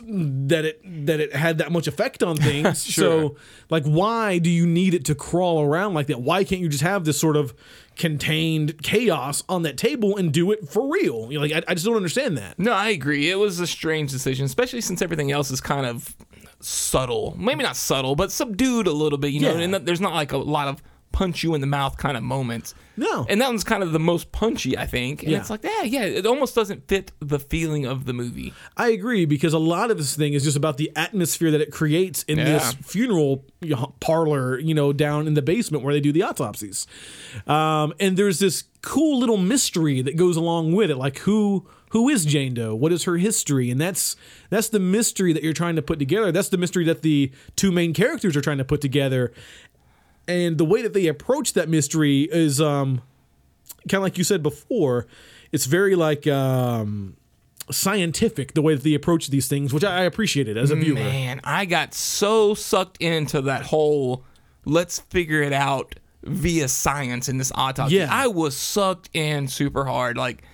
Speaker 2: that it that it had that much effect on things. So like why do you need it to crawl around like that? Why can't you just have this sort of contained chaos on that table and do it for real? You know, like I, I just don't understand that.
Speaker 3: No, I agree. It was a strange decision, especially since everything else is kind of subtle. Maybe not subtle, but subdued a little bit. You know,
Speaker 2: Yeah.
Speaker 3: and there's not like a lot of punch you in the mouth kind of moments.
Speaker 2: No.
Speaker 3: And that one's kind of the most punchy, I think. And
Speaker 2: Yeah.
Speaker 3: it's like, yeah, yeah, it almost doesn't fit the feeling of the movie.
Speaker 2: I agree because a lot of this thing is just about the atmosphere that it creates in this
Speaker 3: Yeah.
Speaker 2: funeral you know, parlor, you know, down in the basement where they do the autopsies. Um, and there's this cool little mystery that goes along with it, like who who is Jane Doe? What is her history? And that's that's the mystery that you're trying to put together. That's the mystery that the two main characters are trying to put together. And the way that they approach that mystery is um, kind of like you said before. It's very like um, scientific the way that they approach these things, which I, I appreciated as a viewer.
Speaker 3: Mm, Man, I got so sucked into that whole let's figure it out via science in this autopsy.
Speaker 2: Yeah.
Speaker 3: I was sucked in super hard. Like,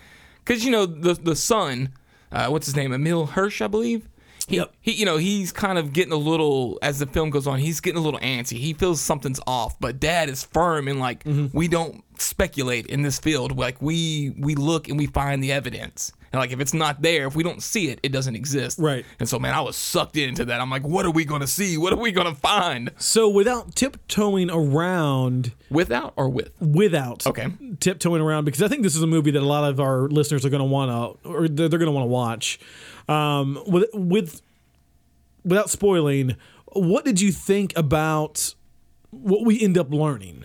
Speaker 3: because, you know, the, the son, uh, what's his name? Emil Hirsch, I believe. He,
Speaker 2: Yep.
Speaker 3: he, you know, he's kind of getting a little, as the film goes on, he's getting a little antsy. He feels something's off, but dad is firm and like,
Speaker 2: Mm-hmm.
Speaker 3: we don't speculate in this field. Like, we, we look and we find the evidence. And like, if it's not there, if we don't see it, it doesn't exist.
Speaker 2: Right.
Speaker 3: And so, man, I was sucked into that. I'm like, what are we going to see? What are we going to find?
Speaker 2: So without tiptoeing around
Speaker 3: Without or with?
Speaker 2: without
Speaker 3: Okay.
Speaker 2: tiptoeing around because I think this is a movie that a lot of our listeners are going to want to or they're, they're going to want to watch. Um, with with without spoiling, what did you think about what we end up learning?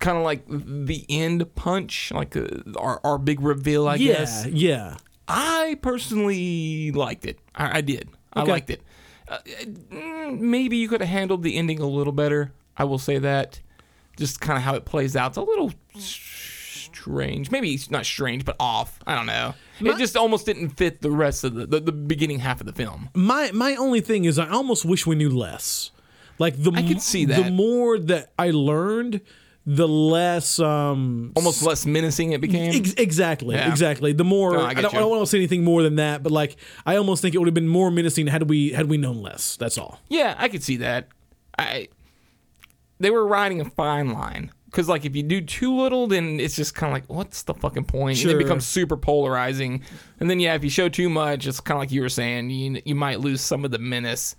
Speaker 3: Kind of like the end punch, like uh, our, our big reveal, I
Speaker 2: yeah,
Speaker 3: guess.
Speaker 2: yeah,
Speaker 3: I personally liked it. I, I did. I
Speaker 2: Okay.
Speaker 3: liked it. Uh, mm, maybe you could have handled the ending a little better. I will say that. Just kind of how it plays out. It's a little strange. Maybe it's not strange, but off. I don't know. it just almost didn't fit the rest of the, the, the beginning half of the film.
Speaker 2: my my only thing is I almost wish we knew less. Like the
Speaker 3: I
Speaker 2: m-
Speaker 3: could see
Speaker 2: the
Speaker 3: that.
Speaker 2: more that I learned, the less um
Speaker 3: Almost less menacing it became.
Speaker 2: Ex- exactly,
Speaker 3: Yeah.
Speaker 2: exactly. The more
Speaker 3: No, I
Speaker 2: I,
Speaker 3: get
Speaker 2: don't, I
Speaker 3: you.
Speaker 2: don't want to say anything more than that, but like I almost think it would have been more menacing had we had we known less. That's all.
Speaker 3: Yeah, I could see that. I they were riding a fine line because like if you do too little, then it's just kind of like what's the fucking point?
Speaker 2: Sure.
Speaker 3: And it becomes super polarizing. And then yeah, if you show too much, it's kind of like you were saying, you you might lose some of the menace.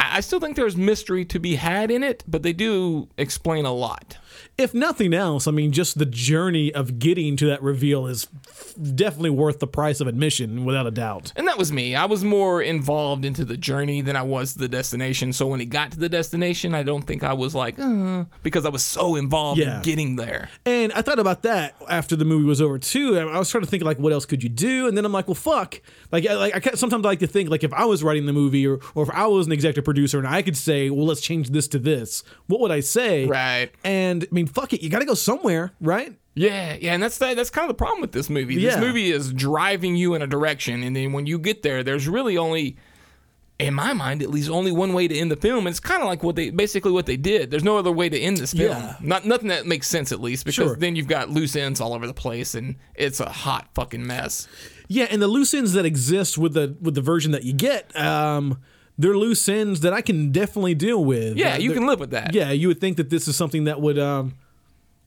Speaker 3: I, I still think there's mystery to be had in it, but they do explain a lot.
Speaker 2: If nothing else, I mean, just the journey of getting to that reveal is f- definitely worth the price of admission, without a doubt.
Speaker 3: And that was me. I was more involved into the journey than I was the destination. So when it got to the destination, I don't think I was like, uh, because I was so involved
Speaker 2: Yeah.
Speaker 3: in getting there.
Speaker 2: And I thought about that after the movie was over too. And I was trying to think like, what else could you do? And then I'm like, well, fuck. Like, I, like I ca- sometimes I like to think like if I was writing the movie or or if I was an executive producer and I could say, well, let's change this to this. What would I say?
Speaker 3: Right.
Speaker 2: And I mean, fuck it. You got to go somewhere, right?
Speaker 3: Yeah, yeah, and that's the, that's kind of the problem with this movie.
Speaker 2: Yeah.
Speaker 3: This movie is driving you in a direction, and then when you get there, there's really only, in my mind at least, only one way to end the film. It's kind of like what they basically what they did. There's no other way to end this film.
Speaker 2: Yeah.
Speaker 3: Not nothing that makes sense at least, because
Speaker 2: Sure.
Speaker 3: then you've got loose ends all over the place, and it's a hot fucking mess.
Speaker 2: Yeah, and the loose ends that exist with the with the version that you get, um, they're loose ends that I can definitely deal with.
Speaker 3: Yeah,
Speaker 2: Uh,
Speaker 3: you
Speaker 2: they're-
Speaker 3: can live with that.
Speaker 2: Yeah, you would think that this is something that would, um,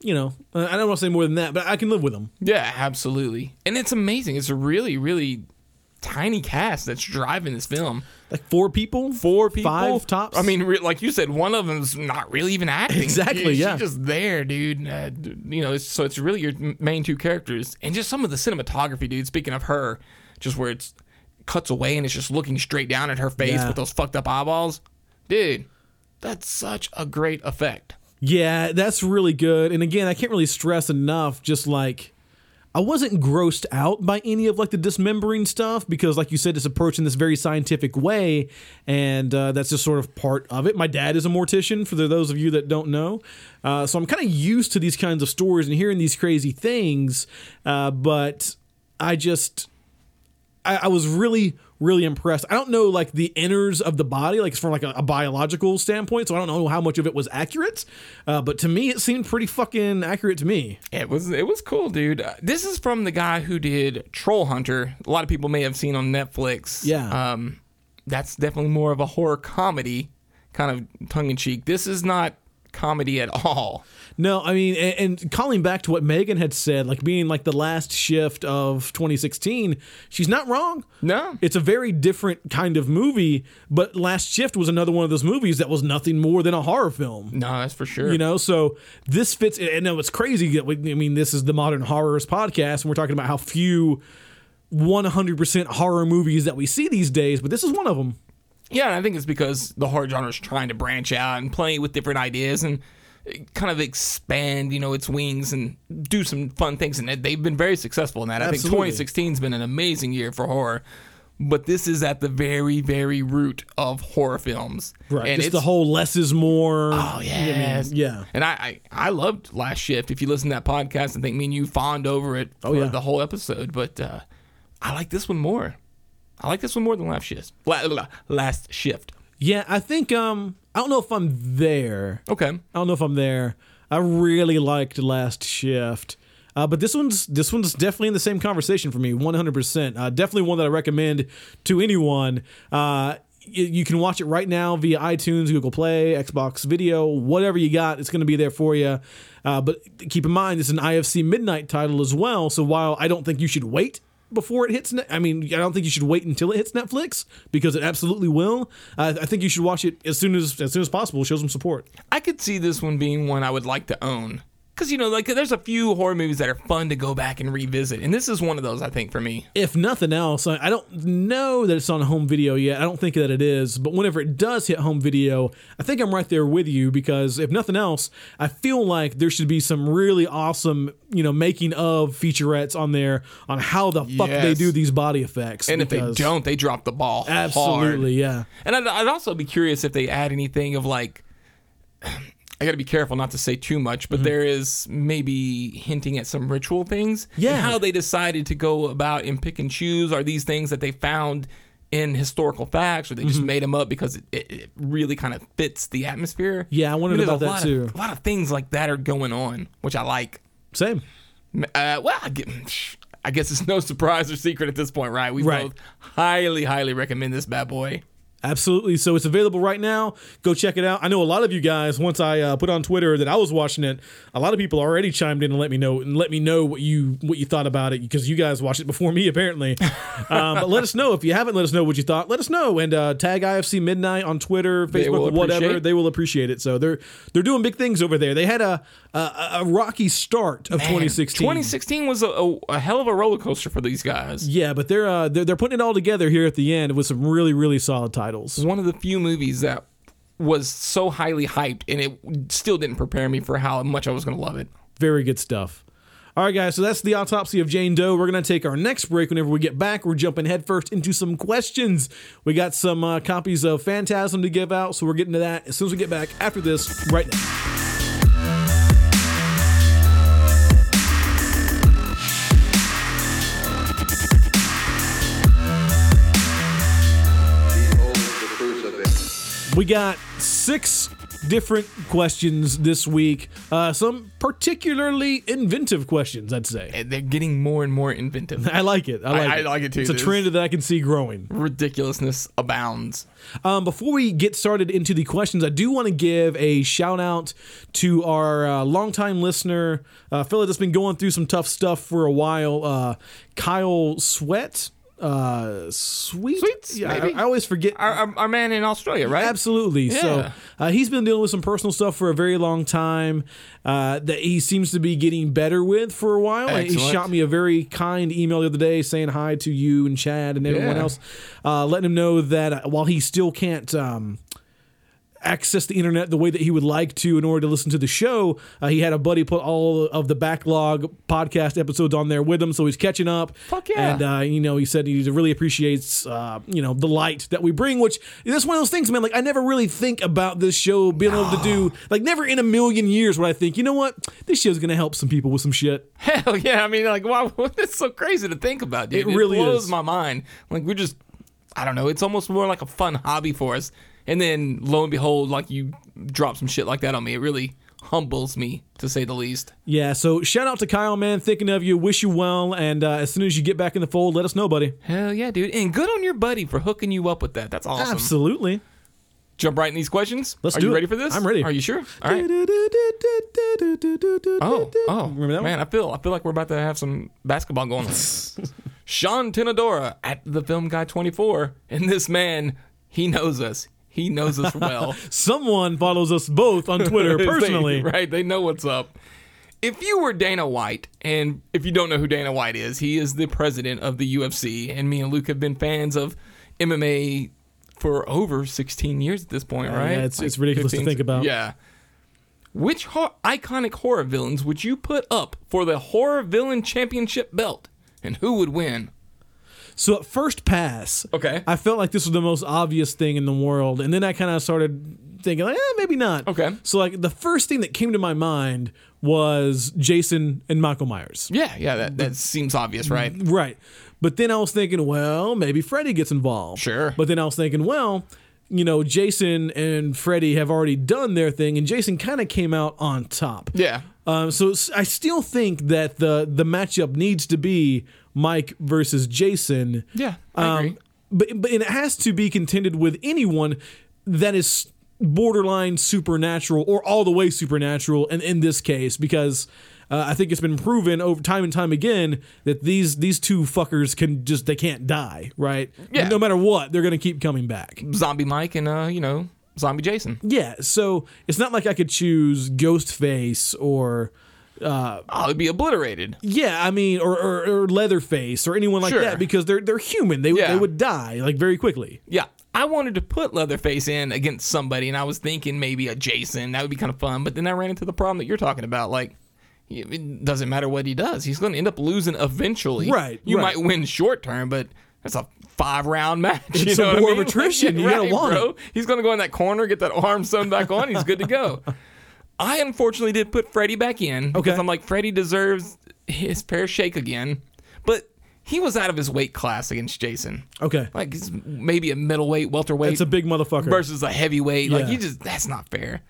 Speaker 2: you know, uh, I don't want to say more than that, but I can live with them.
Speaker 3: yeah, absolutely. And it's amazing. It's a really, really tiny cast that's driving this film.
Speaker 2: Like four people,
Speaker 3: four people,
Speaker 2: five tops.
Speaker 3: I mean, re- like you said, one of them's not really even acting.
Speaker 2: Exactly,
Speaker 3: She-
Speaker 2: yeah.
Speaker 3: she's just there, dude. Uh, d- you know, it's, so it's really your m- main two characters, and just some of the cinematography, dude. Speaking of her, just where it's cuts away and it's just looking straight down at her face
Speaker 2: Yeah.
Speaker 3: with those fucked up eyeballs, dude. That's such a great effect.
Speaker 2: yeah, that's really good. And again, I can't really stress enough, just like. I wasn't grossed out by any of like the dismembering stuff because, like you said, it's approached in this very scientific way, and uh, that's just sort of part of it. My dad is a mortician, for the- those of you that don't know, uh, so I'm kind of used to these kinds of stories and hearing these crazy things. Uh, but I just, I, I was really, really impressed. I don't know like the innards of the body, like from like a, a biological standpoint, so I don't know how much of it was accurate. Uh, but to me, it seemed pretty fucking accurate to me.
Speaker 3: It was it was cool, dude. Uh, This is from the guy who did Troll Hunter. A lot of people may have seen on Netflix.
Speaker 2: Yeah.
Speaker 3: Um, that's definitely more of a horror comedy, kind of tongue in cheek. This is not comedy at all.
Speaker 2: No, I mean, and, and calling back to what Megan had said, like being like the last shift of 2016, she's not wrong.
Speaker 3: No.
Speaker 2: It's a very different kind of movie, but Last Shift was another one of those movies that was nothing more than a horror film.
Speaker 3: No, that's for sure.
Speaker 2: You know, so this fits. And no, it's crazy. That we, I mean, this is the Modern Horrors podcast, and we're talking about how few 100% horror movies that we see these days, but this is one of them.
Speaker 3: Yeah, and I think it's because the horror genre is trying to branch out and play with different ideas. And kind of expand, you know, its wings and do some fun things. And they've been very successful in that. I
Speaker 2: Absolutely.
Speaker 3: think 2016 has been an amazing year for horror. But this is at the very, very root of horror films.
Speaker 2: Right.
Speaker 3: And
Speaker 2: Just
Speaker 3: it's
Speaker 2: the whole less is more.
Speaker 3: Oh yes.
Speaker 2: yeah.
Speaker 3: And I, I I loved Last Shift. If you listen to that podcast, I think me and you fawned over it for
Speaker 2: Oh, yeah.
Speaker 3: the whole episode. But uh, I like this one more. I like this one more than Last Shift. La, la- la- last Shift.
Speaker 2: Yeah, I think um I don't know if I'm there.
Speaker 3: Okay.
Speaker 2: I don't know if I'm there. I really liked Last Shift. Uh, but this one's this one's definitely in the same conversation for me, 100%. Uh, definitely one that I recommend to anyone. Uh, you, you can watch it right now via iTunes, Google Play, Xbox Video, whatever you got. It's going to be there for you. Uh, but keep in mind, it's an IFC Midnight title as well. So while I don't think you should wait before it hits. Ne- I mean, I don't think you should wait until it hits Netflix because it absolutely will. Uh, I think you should watch it as soon as as soon as possible. Show some support.
Speaker 3: I could see this one being one I would like to own. Cause you know, like there's a few horror movies that are fun to go back and revisit, and this is one of those I think for me.
Speaker 2: if nothing else, I I don't know that it's on home video yet. I don't think that it is, but whenever it does hit home video, I think I'm right there with you because if nothing else, I feel like there should be some really awesome, you know, making of featurettes on there on how the fuck they
Speaker 3: Yes.
Speaker 2: do these body effects.
Speaker 3: And
Speaker 2: because-
Speaker 3: if they don't, they drop the ball. hard.
Speaker 2: absolutely, yeah.
Speaker 3: And I'd, I'd also be curious if they add anything of like, I got to be careful not to say too much,
Speaker 2: Mm-hmm.
Speaker 3: but there is maybe hinting at some ritual things. and
Speaker 2: Yeah.
Speaker 3: how they decided to go about and pick and choose are these things that they found in historical facts or they just
Speaker 2: Mm-hmm.
Speaker 3: made them up because it, it, it really kind of fits the atmosphere.
Speaker 2: Yeah, I wondered
Speaker 3: there's
Speaker 2: about that
Speaker 3: lot
Speaker 2: too.
Speaker 3: Of, a lot of things like that are going on, which I like.
Speaker 2: Same.
Speaker 3: Uh, well, I guess, I guess it's no surprise or secret at this point, right? We
Speaker 2: Right.
Speaker 3: both highly, highly recommend this bad boy.
Speaker 2: Absolutely. So it's available right now. Go check it out. I know a lot of you guys. Once I uh, put on Twitter that I was watching it, a lot of people already chimed in and let me know and let me know what you what you thought about it because you guys watched it before me apparently. um, but let us know if you haven't. Let us know what you thought. Let us know and uh, tag IFC Midnight on Twitter, Facebook,
Speaker 3: will
Speaker 2: whatever.
Speaker 3: appreciate-
Speaker 2: They will appreciate it. So they're they're doing big things over there. They had a a, a rocky start of
Speaker 3: Man,
Speaker 2: 2016.
Speaker 3: 2016 was a, a, a hell of a roller coaster for these guys.
Speaker 2: Yeah, but they're, uh, they're they're putting it all together here at the end with some really really solid titles.
Speaker 3: One of the few movies that was so highly hyped, and it still didn't prepare me for how much I was going to love it.
Speaker 2: Very good stuff. All right, guys, so that's the autopsy of Jane Doe. We're going to take our next break whenever we get back. We're jumping headfirst into some questions. We got some uh, copies of Phantasm to give out, so we're getting to that as soon as we get back after this right now.
Speaker 1: Behold the crucifix.
Speaker 2: We got six different questions this week, uh, some particularly inventive questions, I'd say.
Speaker 3: And they're getting more and more inventive.
Speaker 2: I like it. I like
Speaker 3: I
Speaker 2: it.
Speaker 3: like it too.
Speaker 2: It's a
Speaker 3: This-
Speaker 2: trend that I can see growing.
Speaker 3: Ridiculousness abounds.
Speaker 2: Um, before we get started into the questions, I do want to give a shout out to our uh, longtime listener, uh, fella that's been going through some tough stuff for a while, uh, Kyle Sweat. Uh, sweet,
Speaker 3: Sweets,
Speaker 2: yeah, I,
Speaker 3: maybe?
Speaker 2: I always forget.
Speaker 3: Our, our, our man in Australia, right?
Speaker 2: Absolutely. So
Speaker 3: Yeah.
Speaker 2: uh, he's been dealing with some personal stuff for a very long time uh, that he seems to be getting better with for a while. And He
Speaker 3: Excellent.
Speaker 2: shot me a very kind email the other day saying hi to you and Chad and everyone
Speaker 3: Yeah.
Speaker 2: else, uh, letting him know that uh, while he still can't. Um, access the internet the way that he would like to in order to listen to the show. Uh, he had a buddy put all of the backlog podcast episodes on there with him, so he's catching up.
Speaker 3: Fuck yeah.
Speaker 2: And uh, you know, he said he really appreciates uh, you know the light that we bring, which that's one of those things, man. Like I never really think about this show being able to do like never in a million years would I think you know what this show's gonna help some people with some shit.
Speaker 3: Hell yeah! I mean, like, wow, it's so crazy to think about, dude.
Speaker 2: It really
Speaker 3: blows
Speaker 2: is.
Speaker 3: my mind. Like, we're just, I don't know. It's almost more like a fun hobby for us. And then, lo and behold, like you drop some shit like that on me. It really humbles me, to say the least.
Speaker 2: Yeah. So shout out to Kyle, man. Thinking of you. Wish you well. And uh, as soon as you get back in the fold, let us know, buddy.
Speaker 3: Hell yeah, dude! And good on your buddy for hooking you up with that. That's awesome.
Speaker 2: Absolutely.
Speaker 3: Jump right in these questions.
Speaker 2: Let's
Speaker 3: Are
Speaker 2: do
Speaker 3: you
Speaker 2: it.
Speaker 3: ready for this?
Speaker 2: I'm ready.
Speaker 3: Are you sure? All right. Oh, oh,
Speaker 2: remember that
Speaker 3: man!
Speaker 2: one?
Speaker 3: I feel, I feel like we're about to have some basketball going on. Sean Tenadora at the Film Guy 24, and this man, he knows us. He knows us well.
Speaker 2: Someone follows us both on Twitter
Speaker 3: They-
Speaker 2: personally.
Speaker 3: right? They know what's up. If you were Dana White, and if you don't know who Dana White is, he is the president of the UFC, and me and Luke have been fans of MMA for over 16 years at this point, right?
Speaker 2: yeah, it's- it's ridiculous to think about.
Speaker 3: Yeah. Which hor- iconic horror villains would you put up for the horror villain championship belt, and who would win?
Speaker 2: So at first pass,
Speaker 3: Okay.
Speaker 2: I felt like this was the most obvious thing in the world, and then I kind of started thinking, like, eh, maybe not.
Speaker 3: Okay.
Speaker 2: So like the first thing that came to my mind was Jason and Michael Myers.
Speaker 3: Yeah, yeah, that, that seems obvious, right?
Speaker 2: Right. But then I was thinking, well, maybe Freddy gets involved.
Speaker 3: Sure.
Speaker 2: But then I was thinking, well, you know, Jason and Freddy have already done their thing, and Jason kind of came out on top.
Speaker 3: Yeah.
Speaker 2: Um, so s- I still think that the the matchup needs to be Mike versus Jason. Um,
Speaker 3: Yeah, I agree.
Speaker 2: But but and it has to be contended with anyone that is borderline supernatural or all the way supernatural. And in this case, because uh, I think it's been proven over time and time again that these these two fuckers can just they can't die. Right.
Speaker 3: Yeah.
Speaker 2: No matter what, they're gonna keep coming back.
Speaker 3: Zombie Mike and uh, you know, Zombie Jason.
Speaker 2: Yeah. So it's not like I could choose Ghostface or.
Speaker 3: Oh, it'd be obliterated.
Speaker 2: Yeah, I mean, or, or, or Leatherface or anyone like
Speaker 3: Sure.
Speaker 2: that because they're they're human. They
Speaker 3: Yeah.
Speaker 2: they would die like very quickly.
Speaker 3: Yeah. I wanted to put Leatherface in against somebody, and I was thinking maybe a Jason. That would be kind of fun. But then I ran into the problem that you're talking about. Like, it doesn't matter what he does. He's going to end up losing eventually.
Speaker 2: Right,
Speaker 3: You
Speaker 2: right.
Speaker 3: might win short term, but that's a five round match. You
Speaker 2: It's
Speaker 3: know
Speaker 2: a
Speaker 3: what I
Speaker 2: war of
Speaker 3: mean? Like,
Speaker 2: attrition. You gotta want
Speaker 3: bro. He's going to go in that corner, get that arm sewn back on. He's good to go. I unfortunately did put Freddie back in because
Speaker 2: Okay.
Speaker 3: I'm like Freddie deserves his fair shake again, but he was out of his weight class against Jason
Speaker 2: Okay,
Speaker 3: like it's maybe a middleweight, welterweight
Speaker 2: it's a big motherfucker.
Speaker 3: versus a heavyweight. Like
Speaker 2: Yeah.
Speaker 3: you just that's not fair.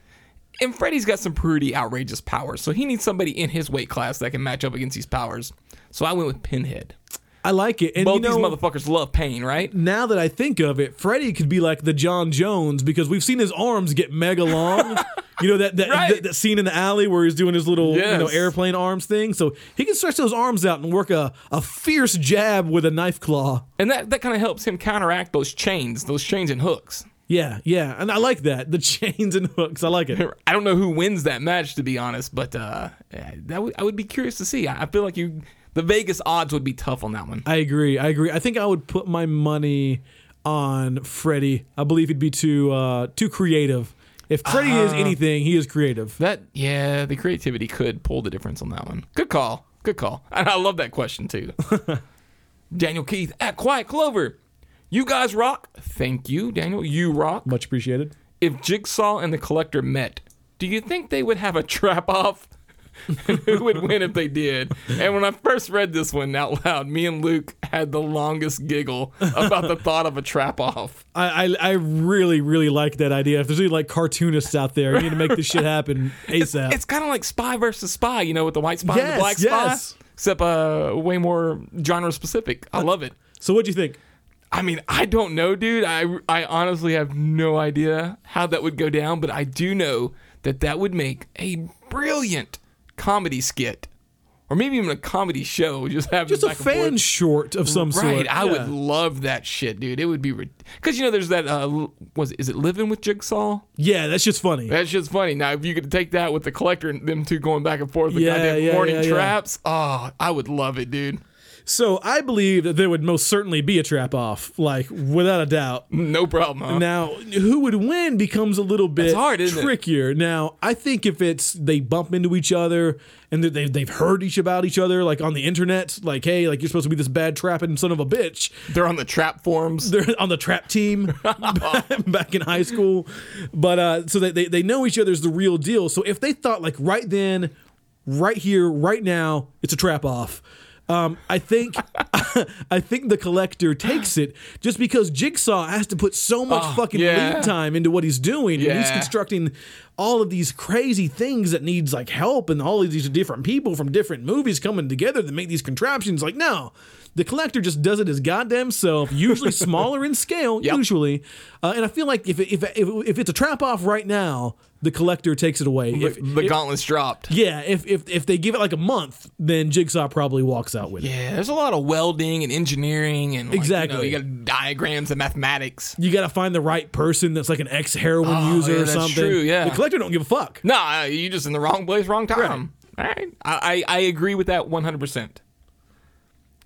Speaker 3: And Freddy's got some pretty outrageous powers, so he needs somebody in his weight class that can match up against these powers. So I went with Pinhead.
Speaker 2: I like it. And you
Speaker 3: Both
Speaker 2: know,
Speaker 3: these motherfuckers love pain, right?
Speaker 2: now that I think of it, Freddy could be like the John Jones because we've seen his arms get mega long. you know that that,
Speaker 3: Right.
Speaker 2: that that scene in the alley where he's doing his little you know
Speaker 3: Yes.
Speaker 2: airplane arms thing. So he can stretch those arms out and work a, a fierce jab with a knife claw.
Speaker 3: And that, that kind of helps him counteract those chains, those chains and hooks.
Speaker 2: Yeah, yeah, and I like that the chains and hooks. I like it.
Speaker 3: I don't know who wins that match to be honest, but uh, yeah, that would I would be curious to see. I, I feel like you, the Vegas odds would be tough on that one.
Speaker 2: I agree. I agree. I think I would put my money on Freddy. I believe he'd be too uh, too creative. If Freddy is
Speaker 3: Uh-huh.
Speaker 2: anything, he is creative.
Speaker 3: That yeah, the creativity could pull the difference on that one. Good call. Good call. And I love that question too. Daniel Keith at Quiet Clover. You guys rock. Thank you, Daniel. You rock.
Speaker 2: Much appreciated.
Speaker 3: If Jigsaw and the Collector met, do you think they would have a trap off? and who would win if they did? And when I first read this one out loud, me and Luke had the longest giggle about the thought of a trap off.
Speaker 2: I, I, I really really like that idea. If there's any like cartoonists out there, you need to make this shit happen asap.
Speaker 3: It's kind of like spy versus spy, you know, with the white spy and
Speaker 2: Yes,
Speaker 3: the black
Speaker 2: yes.
Speaker 3: spy, except uh, way more genre specific. I love it.
Speaker 2: so what do you think?
Speaker 3: I mean, I don't know, dude. I I honestly have no idea how that would go down, but I do know that that would make a brilliant comedy skit, or maybe even a comedy show. Just have
Speaker 2: Just a
Speaker 3: back and forth.
Speaker 2: fan short of some sort.
Speaker 3: Right, I
Speaker 2: Yeah.
Speaker 3: would love that shit, dude. It would be because you know there's that uh, l- was is it living with Jigsaw?
Speaker 2: Yeah, that's just funny.
Speaker 3: That shit's funny. Now, if you could take that with the collector and them two going back and forth with
Speaker 2: Yeah,
Speaker 3: goddamn
Speaker 2: yeah,
Speaker 3: warning
Speaker 2: yeah, yeah.
Speaker 3: traps, oh, I would love it, dude.
Speaker 2: So I believe that there would most certainly be a trap off, like without a doubt.
Speaker 3: No problem. Huh?
Speaker 2: Now, who would win becomes a little bit
Speaker 3: That's hard, isn't it?
Speaker 2: trickier. Now, I think if it's they bump into each other and that they, they've heard each about each other, like on the internet, like, hey, like you're supposed to be this bad trapping son of a bitch.
Speaker 3: They're on the trap forums.
Speaker 2: They're on the trap team back in high school. But uh, so they, they, they know each other's the real deal. So if they thought, like, right then, right here, right now, it's a trap off. Um, I think I think the collector takes it just because Jigsaw has to put so much fucking
Speaker 3: Ah, yeah.
Speaker 2: lead time into what he's doing. And he's
Speaker 3: Yeah.
Speaker 2: constructing all of these crazy things that needs like help and all of these different people from different movies coming together to make these contraptions. Like, no, the collector just does it his goddamn self, usually smaller in scale,
Speaker 3: Yep.
Speaker 2: usually. Uh, and I feel like if, it, if, if, if it's a trap off right now, the collector takes it away. If,
Speaker 3: the gauntlets dropped.
Speaker 2: yeah, if, if if they give it like a month, then Jigsaw probably walks out with it.
Speaker 3: Yeah, there's a lot of welding and engineering and like,
Speaker 2: Exactly.
Speaker 3: You, know, you got diagrams and mathematics.
Speaker 2: you got to find the right person that's like an ex heroin
Speaker 3: Oh,
Speaker 2: user
Speaker 3: yeah,
Speaker 2: or
Speaker 3: that's
Speaker 2: something.
Speaker 3: true, yeah.
Speaker 2: The collector don't give a fuck.
Speaker 3: Nah, you just in the wrong place, wrong time. All right, I, I I agree with that 100. percent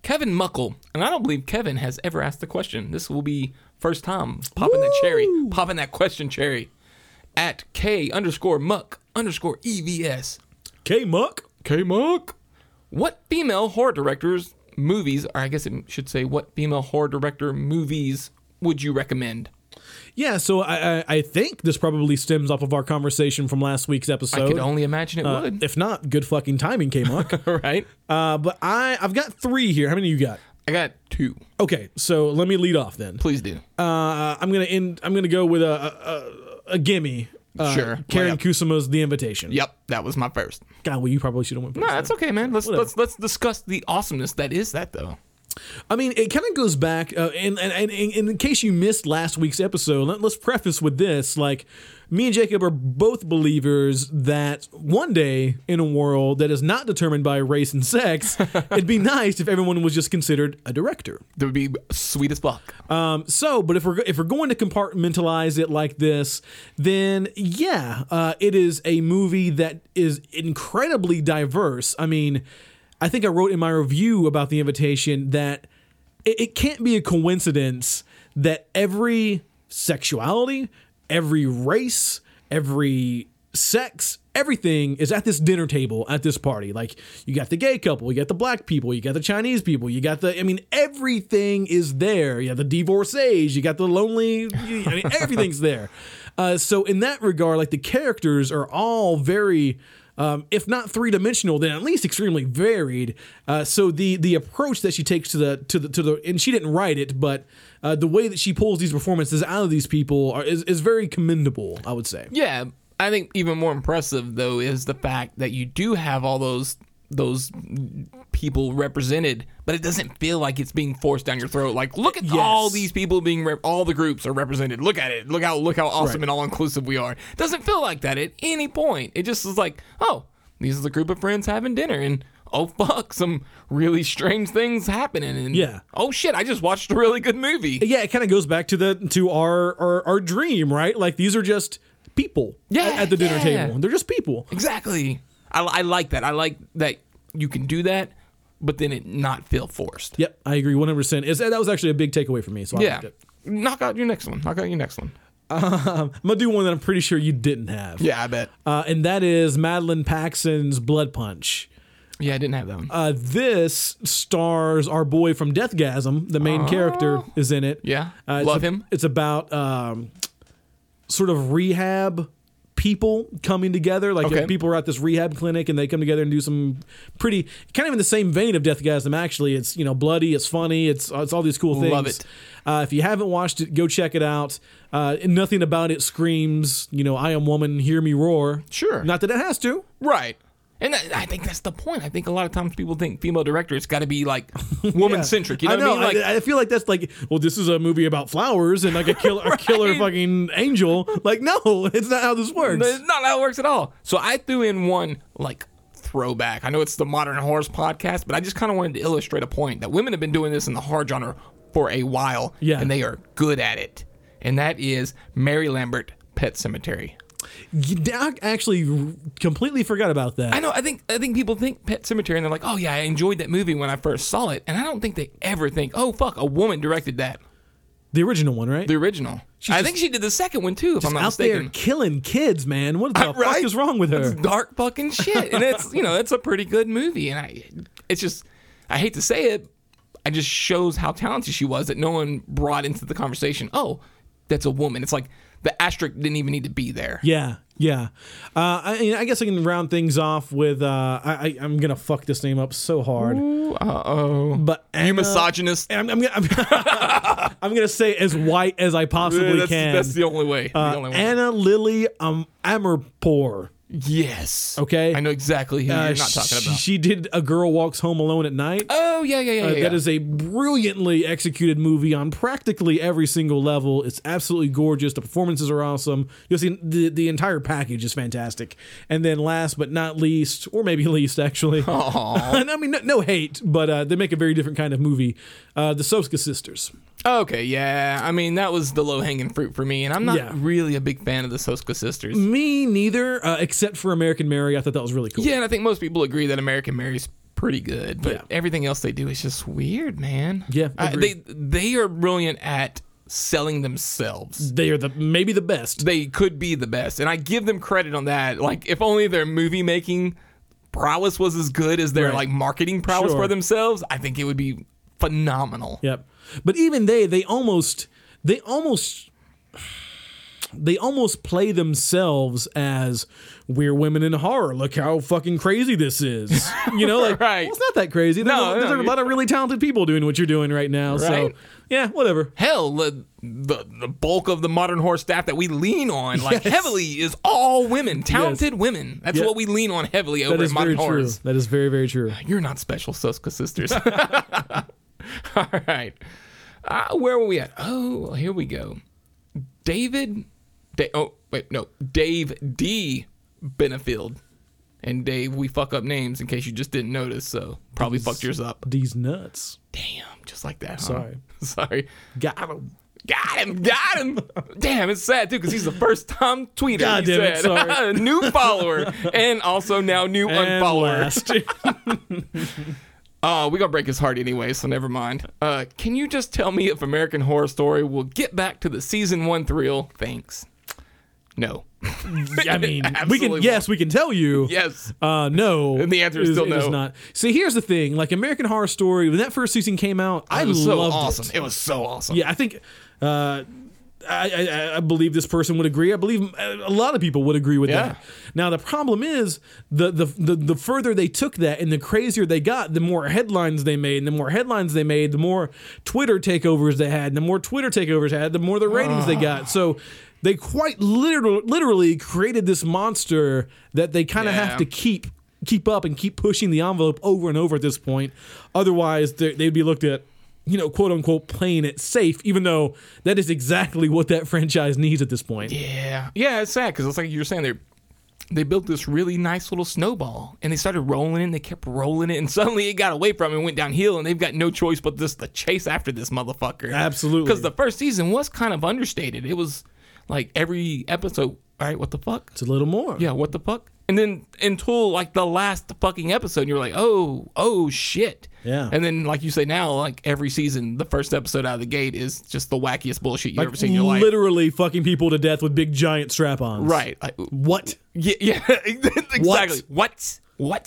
Speaker 3: Kevin Muckle, and I don't believe Kevin has ever asked the question. This will be first time popping that cherry, popping that question cherry. At K underscore Muck underscore E EVS.
Speaker 2: K Muck.
Speaker 3: K Muck. What female horror directors movies, or I guess it should say, what female horror director movies would you recommend?
Speaker 2: Yeah, so I, I I think this probably stems off of our conversation from last week's episode.
Speaker 3: I could only imagine it
Speaker 2: Uh,
Speaker 3: would.
Speaker 2: if not, good fucking timing, K Muck.
Speaker 3: right?
Speaker 2: uh, but I I've got three here. How many you got?
Speaker 3: I got two.
Speaker 2: Okay, so let me lead off then.
Speaker 3: Please do.
Speaker 2: Uh, I'm gonna end. I'm gonna go with a a, a, a gimme. Uh,
Speaker 3: Sure.
Speaker 2: Karen
Speaker 3: Why not?
Speaker 2: Kusuma's The Invitation.
Speaker 3: yep, that was my first.
Speaker 2: God, well, you probably should have went.
Speaker 3: No,
Speaker 2: first.
Speaker 3: that's okay, man. Let's
Speaker 2: Whatever.
Speaker 3: let's let's discuss the awesomeness that is that though.
Speaker 2: I mean, it kind of goes back, uh, and, and, and, and in case you missed last week's episode, let, us preface with this: like, me and Jacob are both believers that one day in a world that is not determined by race and sex, it'd be nice if everyone was just considered a director.
Speaker 3: That would be sweet as fuck.
Speaker 2: Um, so, but if we're if we're going to compartmentalize it like this, then yeah, uh, it is a movie that is incredibly diverse. I mean, I think I wrote in my review about the invitation that it, it can't be a coincidence that every sexuality, every race, every sex everything is at this dinner table at this party like you got the gay couple you got the black people you got the chinese people you got the i mean everything is there you have the divorcees you got the lonely i mean everything's there uh, so in that regard like the characters are all very um, if not three dimensional, then at least extremely varied. Uh, so the the approach that she takes to the to the to the and she didn't write it, but uh, the way that she pulls these performances out of these people are, is is very commendable. I would say.
Speaker 3: Yeah, I think even more impressive though is the fact that you do have all those those people represented, but it doesn't feel like it's being forced down your throat. Like, look at all
Speaker 2: Yes.
Speaker 3: these people being rep- all the groups are represented. Look at it. Look how look how awesome
Speaker 2: Right.
Speaker 3: and all inclusive we are. Doesn't feel like that at any point. It just is like, oh, these is a group of friends having dinner and. Oh fuck! Some really strange things happening, and
Speaker 2: Yeah.
Speaker 3: Oh shit! I just watched a really good movie.
Speaker 2: yeah, it kind of goes back to the to our, our our dream, right? Like these are just people
Speaker 3: Yeah,
Speaker 2: at, at the dinner
Speaker 3: yeah.
Speaker 2: table. They're just people.
Speaker 3: Exactly. I, I like that. I like that you can do that, but then it not feel forced.
Speaker 2: Yep, I agree 100%. Is that was actually a big takeaway for me, so I
Speaker 3: Yeah.
Speaker 2: liked it. Um,
Speaker 3: Knock out your next one. Knock out your next one.
Speaker 2: I'm going to do one that I'm pretty sure you didn't have.
Speaker 3: Yeah, I bet.
Speaker 2: Uh, and that is Madeline Paxson's Blood Punch.
Speaker 3: Yeah, I didn't have that one.
Speaker 2: Uh, this stars our boy from Deathgasm. The main character is in it.
Speaker 3: Oh. Yeah.
Speaker 2: uh, it's
Speaker 3: Love
Speaker 2: a-
Speaker 3: him.
Speaker 2: It's about um, sort of rehab people coming together. Like
Speaker 3: Okay.
Speaker 2: if people are at this rehab clinic and they come together and do some pretty kind of in the same vein of Deathgasm. Actually, it's you know bloody, it's funny, it's it's all these cool things.
Speaker 3: Love it.
Speaker 2: Uh, if you haven't watched it, go check it out. Uh, and nothing about it screams, you know, I am woman, hear me roar.
Speaker 3: Sure.
Speaker 2: Not that it has to.
Speaker 3: right. And that, I think that's the point. I think a lot of times people think female director, it's got to be like woman centric. You know,
Speaker 2: I know.
Speaker 3: what I mean? Like,
Speaker 2: I, I feel like that's like, well, this is a movie about flowers and like a killer, a killer
Speaker 3: Right.
Speaker 2: fucking angel. Like, no, it's not how this works.
Speaker 3: It's not how it works at all. So I threw in one like throwback. I know it's the Modern Horrors podcast, but I just kind of wanted to illustrate a point that women have been doing this in the horror genre for a while,
Speaker 2: Yeah.
Speaker 3: and they are good at it. And that is Mary Lambert, Pet Cemetery.
Speaker 2: You- I actually r- completely forgot about that.
Speaker 3: I know. I think I think people think Pet Cemetery, and they're like, "Oh yeah, I enjoyed that movie when I first saw it," and I don't think they ever think, "Oh fuck, a woman directed that."
Speaker 2: the original one, right?
Speaker 3: The original. I
Speaker 2: just-
Speaker 3: think she did the second one too, if I'm
Speaker 2: out
Speaker 3: not mistaken.
Speaker 2: there killing kids, man. What the fuck
Speaker 3: Right?
Speaker 2: is wrong with her?
Speaker 3: It's dark fucking shit, and it's you know it's a pretty good movie, and I it's just I hate to say it, I just shows how talented she was that no one brought into the conversation. Oh, that's a woman. It's like the asterisk didn't even need to be there.
Speaker 2: Yeah, yeah. Uh, I, and I guess I can round things off with uh, I, I, I'm gonna fuck this name up so hard.
Speaker 3: Uh oh,
Speaker 2: But Anna,
Speaker 3: you misogynist.
Speaker 2: I'm, I'm, gonna- I'm, I'm gonna say as white as I possibly
Speaker 3: that's,
Speaker 2: can.
Speaker 3: that's the only way. The
Speaker 2: Uh,
Speaker 3: only way.
Speaker 2: Anna Lily um, Amerpour.
Speaker 3: yes.
Speaker 2: Okay.
Speaker 3: I know exactly who
Speaker 2: Uh,
Speaker 3: you're not talking
Speaker 2: she,
Speaker 3: about.
Speaker 2: she did A Girl Walks Home Alone at Night.
Speaker 3: oh yeah, yeah, yeah. yeah,
Speaker 2: Uh,
Speaker 3: yeah.
Speaker 2: That is a brilliantly executed movie on practically every single level. It's absolutely gorgeous. The performances are awesome. You'll see the, the entire package is fantastic. And then last but not least, or maybe least actually, and I mean no, no hate, but uh, they make a very different kind of movie. Uh, the Soska sisters.
Speaker 3: Okay, yeah. I mean, that was the low hanging fruit for me, and I'm not
Speaker 2: Yeah.
Speaker 3: really a big fan of the Soska sisters.
Speaker 2: Me neither, uh, except for American Mary. I thought that was really cool.
Speaker 3: Yeah, and I think most people agree that American Mary's pretty good, but
Speaker 2: Yeah.
Speaker 3: everything else they do is just weird, man.
Speaker 2: Yeah,
Speaker 3: I- they
Speaker 2: agreed.
Speaker 3: they are brilliant at selling themselves.
Speaker 2: They are the maybe the best.
Speaker 3: They could be the best, and I give them credit on that. Like if only their movie making prowess was as good as their
Speaker 2: Right.
Speaker 3: like marketing prowess
Speaker 2: Sure.
Speaker 3: for themselves, I think it would be phenomenal.
Speaker 2: Yep. But even they, they almost, they almost, they almost play themselves as we're women in horror. Look how fucking crazy this is. You know, like
Speaker 3: Right.
Speaker 2: well, it's not that crazy. There's,
Speaker 3: No,
Speaker 2: a, there's
Speaker 3: no,
Speaker 2: a lot of really talented people doing what you're doing right now. So
Speaker 3: Right.
Speaker 2: yeah, whatever.
Speaker 3: Hell, the, the the bulk of the modern horse staff that we lean on like
Speaker 2: Yes.
Speaker 3: heavily is all women, talented women. That's
Speaker 2: Yeah.
Speaker 3: what we lean on heavily
Speaker 2: That
Speaker 3: over
Speaker 2: is
Speaker 3: at modern
Speaker 2: very true.
Speaker 3: horse.
Speaker 2: That is very very true.
Speaker 3: You're not special, Suska sisters. All right. Uh, where were we at? Oh, here we go. David. Da- oh, wait, no. Dave D. Benefield. And Dave, we fuck up names in case you just didn't notice, so probably fucked yours up.
Speaker 2: These nuts.
Speaker 3: Damn, just like that. huh?
Speaker 2: Sorry.
Speaker 3: Sorry.
Speaker 2: Got 'em.
Speaker 3: Got him, got him. Damn, it's sad too because he's the first time tweeter.
Speaker 2: God
Speaker 3: he
Speaker 2: damn it,
Speaker 3: said.
Speaker 2: sorry.
Speaker 3: new follower and also now new
Speaker 2: And
Speaker 3: unfollower.
Speaker 2: last.
Speaker 3: Uh, we're gonna break his heart anyway, so never mind. Uh, can you just tell me if American Horror Story will get back to the season one thrill? Thanks. No.
Speaker 2: I mean, we
Speaker 3: Absolutely
Speaker 2: can yes, we can tell you.
Speaker 3: Yes.
Speaker 2: Uh, no.
Speaker 3: And the answer is
Speaker 2: It
Speaker 3: still
Speaker 2: it
Speaker 3: no.
Speaker 2: not. See, here's the thing. Like American Horror Story, when that first season came out, I
Speaker 3: It was so
Speaker 2: loved
Speaker 3: awesome.
Speaker 2: it.
Speaker 3: It was so awesome.
Speaker 2: Yeah, I think. Uh, I, I, I- I believe this person would agree. I believe uh, a lot of people would agree with
Speaker 3: Yeah.
Speaker 2: that. Now the problem is the, the the the further they took that and the crazier they got, the more headlines they made, and the more headlines they made, the more Twitter takeovers they had, and the more Twitter takeovers they had, the more the ratings
Speaker 3: Ah.
Speaker 2: they got. So they quite literally, literally created this monster that they kind of
Speaker 3: Yeah.
Speaker 2: have to keep keep up and keep pushing the envelope over and over at this point. Otherwise, they- they'd be looked at, you know, quote unquote, playing it safe, even though that is exactly what that franchise needs at this point.
Speaker 3: Yeah. Yeah, it's sad because it's like you were saying they they built this really nice little snowball and they started rolling it and they kept rolling it and suddenly it got away from it and went downhill and they've got no choice but just to chase after this motherfucker.
Speaker 2: Absolutely.
Speaker 3: Because the first season was kind of understated. It was like every episode, all right, what the fuck?
Speaker 2: It's a little more.
Speaker 3: Yeah, what the fuck? And then until like the last fucking episode, you're like, oh, oh shit.
Speaker 2: Yeah.
Speaker 3: And then like you say now, like every season, the first episode out of the gate is just the wackiest bullshit you've ever seen in your life.
Speaker 2: Literally fucking people to death with big giant strap ons.
Speaker 3: Right. Like,
Speaker 2: What?
Speaker 3: Yeah, yeah, exactly. What? What?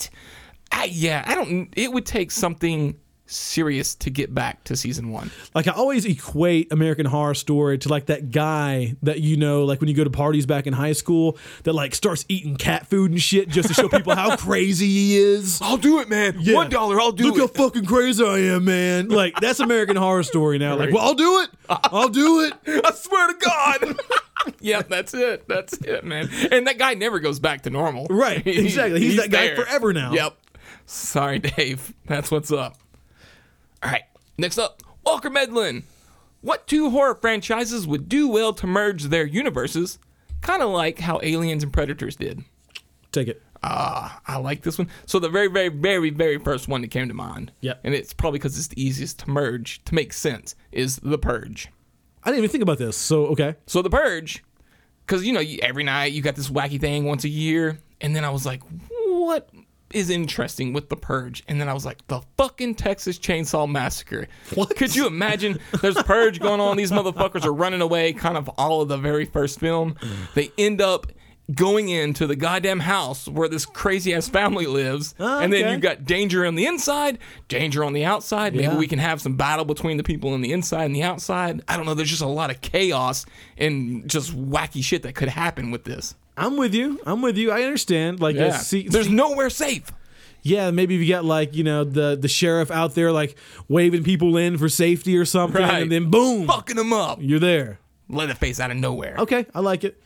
Speaker 3: I, yeah, I don't. It would take something serious to get back to season one.
Speaker 2: Like, I always equate American Horror Story to like that guy that you know, like when you go to parties back in high school, that like starts eating cat food and shit just to show people how crazy he is.
Speaker 3: I'll do it, man.
Speaker 2: Yeah.
Speaker 3: One dollar, I'll do
Speaker 2: Look
Speaker 3: it.
Speaker 2: how fucking crazy I am, man. Like that's American Horror Story now. Like, well, I'll do it. I'll do it.
Speaker 3: I swear to God. yeah, that's it. That's it, man. And that guy never goes back to normal.
Speaker 2: Right,
Speaker 3: He-
Speaker 2: exactly. He's that guy forever now.
Speaker 3: Yep. Sorry, Dave. That's what's up. All right. Next up, Walker Medlin. What two horror franchises would do well to merge their universes, kind of like how Aliens and Predators did? Ah,
Speaker 2: Take it.
Speaker 3: I like this one. So the very, very, very, very first one that came to mind.
Speaker 2: Yep.
Speaker 3: And it's probably because it's the easiest to merge to make sense is the Purge.
Speaker 2: I didn't even think about this. So okay,
Speaker 3: So the Purge, because you know you, every night you got this wacky thing once a year, and then I was like, what is interesting with the Purge? And then I was like, the fucking Texas Chainsaw Massacre.
Speaker 2: What?
Speaker 3: Could you imagine? There's Purge going on. These motherfuckers are running away. Kind of all of the very first film. They end up. Going into the goddamn house where this crazy ass family lives,
Speaker 2: Oh,
Speaker 3: and then
Speaker 2: okay.
Speaker 3: you got danger on the inside, danger on the outside. Maybe
Speaker 2: Yeah.
Speaker 3: we can have some battle between the people on the inside and the outside. I don't know. There's just a lot of chaos and just wacky shit that could happen with this.
Speaker 2: I'm with you. I'm with you. I understand. Like, yeah. see,
Speaker 3: There's
Speaker 2: see-
Speaker 3: nowhere safe.
Speaker 2: yeah, maybe if you got like you know the the sheriff out there like waving people in for safety or something,
Speaker 3: Right.
Speaker 2: and then boom,
Speaker 3: Fucking them up.
Speaker 2: you're there.
Speaker 3: Leatherface out of nowhere.
Speaker 2: Okay, I like it.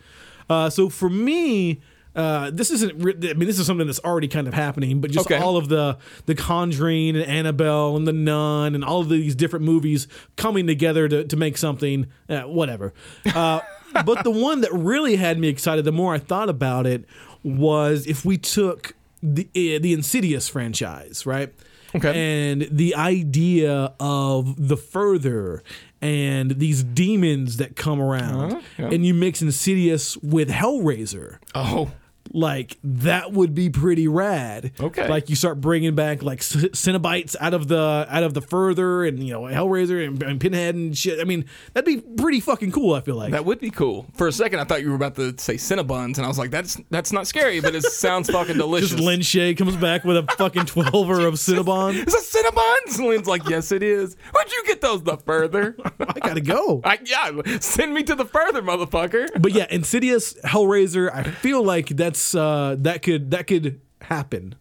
Speaker 2: Uh, so for me, uh, this isn't. Re- I mean, this is something that's already kind of happening, but just
Speaker 3: Okay.
Speaker 2: all of the the Conjuring and Annabelle and the Nun and all of these different movies coming together to to make something. Uh, whatever. Uh, but the one that really had me excited, the more I thought about it, was if we took the uh, the Insidious franchise, right?
Speaker 3: Okay.
Speaker 2: and the idea of the further and these demons that come around
Speaker 3: Uh-huh, yeah.
Speaker 2: and you mix insidious with hellraiser
Speaker 3: Oh.
Speaker 2: like that would be pretty rad.
Speaker 3: Okay.
Speaker 2: Like you start bringing back like c- Cenobites out of the out of the further, and you know Hellraiser and, and Pinhead and shit. I mean, that'd be pretty fucking cool. I feel like
Speaker 3: That would be cool. For a second, I thought you were about to say Cinnabons, and I was like, "That's that's not scary, but it sounds fucking delicious."
Speaker 2: just Lin Shay comes back with a fucking twelver of Cinnabon.
Speaker 3: Is that Cinnabons? And Lynn's like, "Yes, it is." Where'd you get those? The further?
Speaker 2: I gotta go.
Speaker 3: I, yeah, send me to the further, motherfucker.
Speaker 2: But yeah, Insidious, Hellraiser. I feel like that's uh, that could that could happen.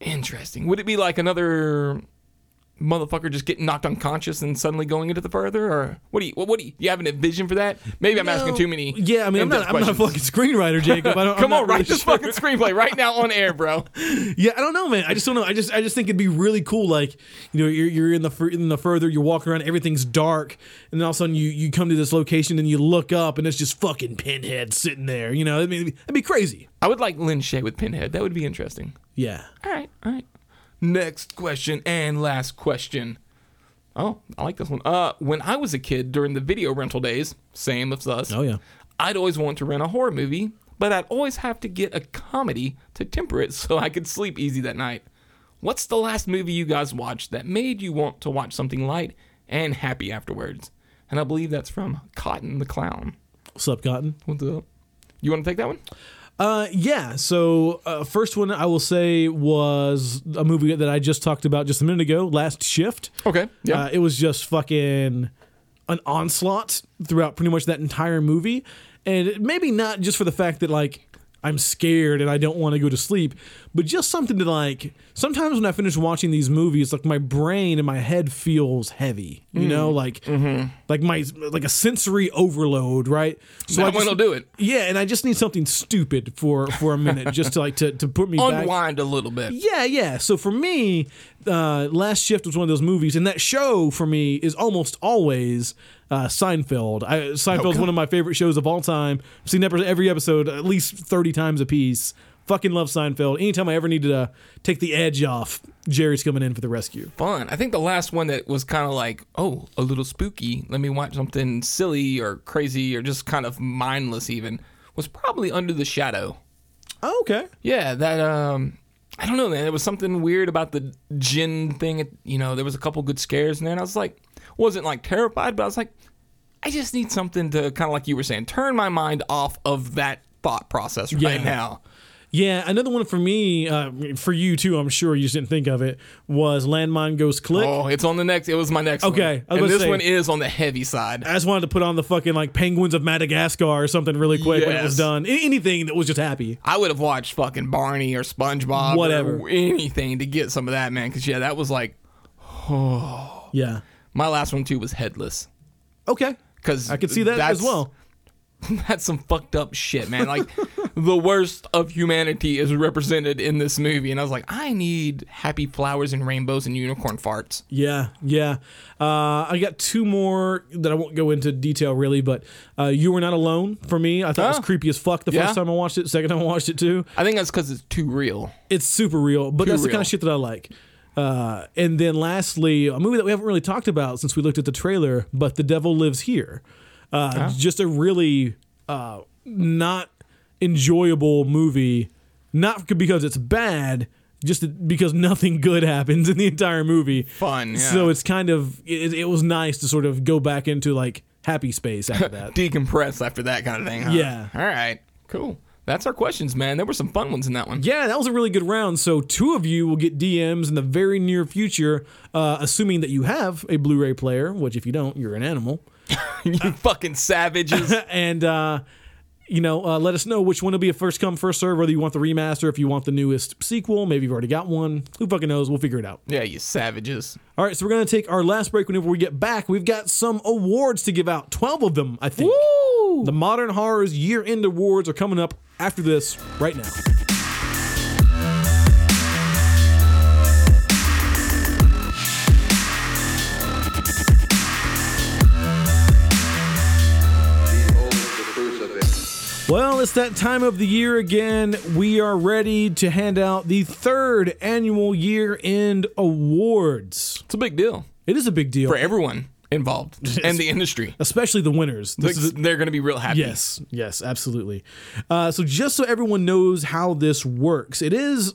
Speaker 3: Interesting. Would it be like another motherfucker just getting knocked unconscious and suddenly going into the further, or what do you what, what do you, you have an envision for that? Maybe I'm asking too many.
Speaker 2: Yeah, I mean, I'm
Speaker 3: in-depth
Speaker 2: not, I'm not a
Speaker 3: questions.
Speaker 2: fucking screenwriter, Jacob. I don't, I'm
Speaker 3: Come
Speaker 2: not
Speaker 3: on, write
Speaker 2: really
Speaker 3: this
Speaker 2: sure.
Speaker 3: fucking screenplay right now on air, bro.
Speaker 2: Yeah, I don't know, man. I just don't know. I just I just think it'd be really cool. Like you know, you're, you're in the fur- in the further, you're walking around, everything's dark, and then all of a sudden you you come to this location and you look up and it's just fucking Pinhead sitting there. You know, I mean, that'd be crazy.
Speaker 3: I would like Lynn Shay with Pinhead. That would be interesting.
Speaker 2: Yeah.
Speaker 3: All right, all right. Next question and last question. Oh, I like this one. Uh, when I was a kid during the video rental days, same as us.
Speaker 2: Oh yeah.
Speaker 3: I'd always want to rent a horror movie, but I'd always have to get a comedy to temper it so I could sleep easy that night. What's the last movie you guys watched that made you want to watch something light and happy afterwards? And I believe that's from Cotton the Clown.
Speaker 2: What's up, Cotton?
Speaker 3: What's up? You want to take that one?
Speaker 2: Uh, yeah. So uh, first one I will say was a movie that I just talked about just a minute ago, Last Shift.
Speaker 3: Okay. Yeah.
Speaker 2: Uh, it was just fucking an onslaught throughout pretty much that entire movie. And it- maybe not just for the fact that, like, I'm scared and I don't want to go to sleep, but just something to like. Sometimes when I finish watching these movies, like my brain and my head feels heavy,
Speaker 3: Mm.
Speaker 2: you know, like
Speaker 3: Mm-hmm.
Speaker 2: like my like a sensory overload, right? So
Speaker 3: that
Speaker 2: I just-
Speaker 3: one'll do it.
Speaker 2: Yeah, and I just need something stupid for for a minute, just to like to to put me back.
Speaker 3: Unwind a little bit.
Speaker 2: Yeah, yeah. So for me, uh, Last Shift was one of those movies, and that show for me is almost always uh, Seinfeld. I, Seinfeld's one of my favorite shows of all time. I've seen every every episode at least thirty times a piece. Fucking love Seinfeld. Anytime I ever needed to uh, take the edge off, Jerry's coming in for the rescue.
Speaker 3: fun. I think the last one that was kind of like, oh, a little spooky. Let me watch something silly or crazy or just kind of mindless even was probably Under the Shadow.
Speaker 2: Oh, okay.
Speaker 3: Yeah, that um I don't know, man. There was something weird about the gin thing. You know, there was a couple good scares in there, and I was like, wasn't like terrified, but I was like, I just need something to kind of like you were saying, turn my mind off of that thought process right
Speaker 2: Yeah.
Speaker 3: now.
Speaker 2: Yeah, another one for me, uh, for you too. I'm sure you just didn't think of it. Was Landmine Goes Click?
Speaker 3: Oh, it's on the next. It was my next.
Speaker 2: Okay, I was
Speaker 3: one. and
Speaker 2: gonna
Speaker 3: this
Speaker 2: say-
Speaker 3: one is on the heavy side.
Speaker 2: I just wanted to put on the fucking like Penguins of Madagascar or something really quick when it was
Speaker 3: Yes.
Speaker 2: done. A- Anything that was just happy.
Speaker 3: I would have watched fucking Barney or SpongeBob,
Speaker 2: Whatever.
Speaker 3: or anything to get some of that, man. Because yeah, that was like
Speaker 2: Yeah.
Speaker 3: my last one too was headless.
Speaker 2: Okay.
Speaker 3: Because
Speaker 2: I could see that as well.
Speaker 3: That's some fucked up shit, man. Like the worst of humanity is represented in this movie, and I was like, I need happy flowers and rainbows and unicorn farts.
Speaker 2: Yeah, yeah. Uh, I got two more that I won't go into detail really, but uh, you were not alone for me. I thought it
Speaker 3: Huh.
Speaker 2: was creepy as fuck the
Speaker 3: Yeah.
Speaker 2: first time I watched it. Second time I watched it too.
Speaker 3: I think that's because it's too real.
Speaker 2: It's super real, but that's the kind
Speaker 3: real.
Speaker 2: of shit that I like. Uh, and then lastly, a movie that we haven't really talked about since we looked at the trailer, but The Devil Lives Here. Uh,
Speaker 3: Ah.
Speaker 2: Just a really uh, not enjoyable movie, not because it's bad, just because nothing good happens in the entire movie.
Speaker 3: Fun, yeah.
Speaker 2: So it's kind of, it, it was nice to sort of go back into like happy space after that.
Speaker 3: Decompress after that kind of thing. Huh?
Speaker 2: Yeah.
Speaker 3: All right. Cool. That's our questions, man. There were some fun ones in that one.
Speaker 2: Yeah, that was a really good round. So two of you will get DMs in the very near future, uh, assuming that you have a Blu-ray player. Which, if you don't, you're an animal.
Speaker 3: you fucking savages.
Speaker 2: and uh, you know, uh, let us know which one will be a first come first serve. Whether you want the remaster, if you want the newest sequel, maybe you've already got one. Who fucking knows? We'll figure it out.
Speaker 3: yeah, you savages.
Speaker 2: All right, so we're gonna take our last break. Whenever we get back, we've got some awards to give out. Twelve of them, I think.
Speaker 3: Woo!
Speaker 2: The Modern Horrors Year End Awards are coming up after this right now.
Speaker 1: Behold the crucifix.
Speaker 2: Well, it's that time of the year again. We are ready to hand out the third annual year end awards.
Speaker 3: It's a big deal
Speaker 2: It is a big deal.
Speaker 3: for everyone. involved and the industry.
Speaker 2: especially the winners. This
Speaker 3: Like,
Speaker 2: is
Speaker 3: they're going to be real happy.
Speaker 2: Yes, yes, absolutely. Uh, so, just so everyone knows how this works, it is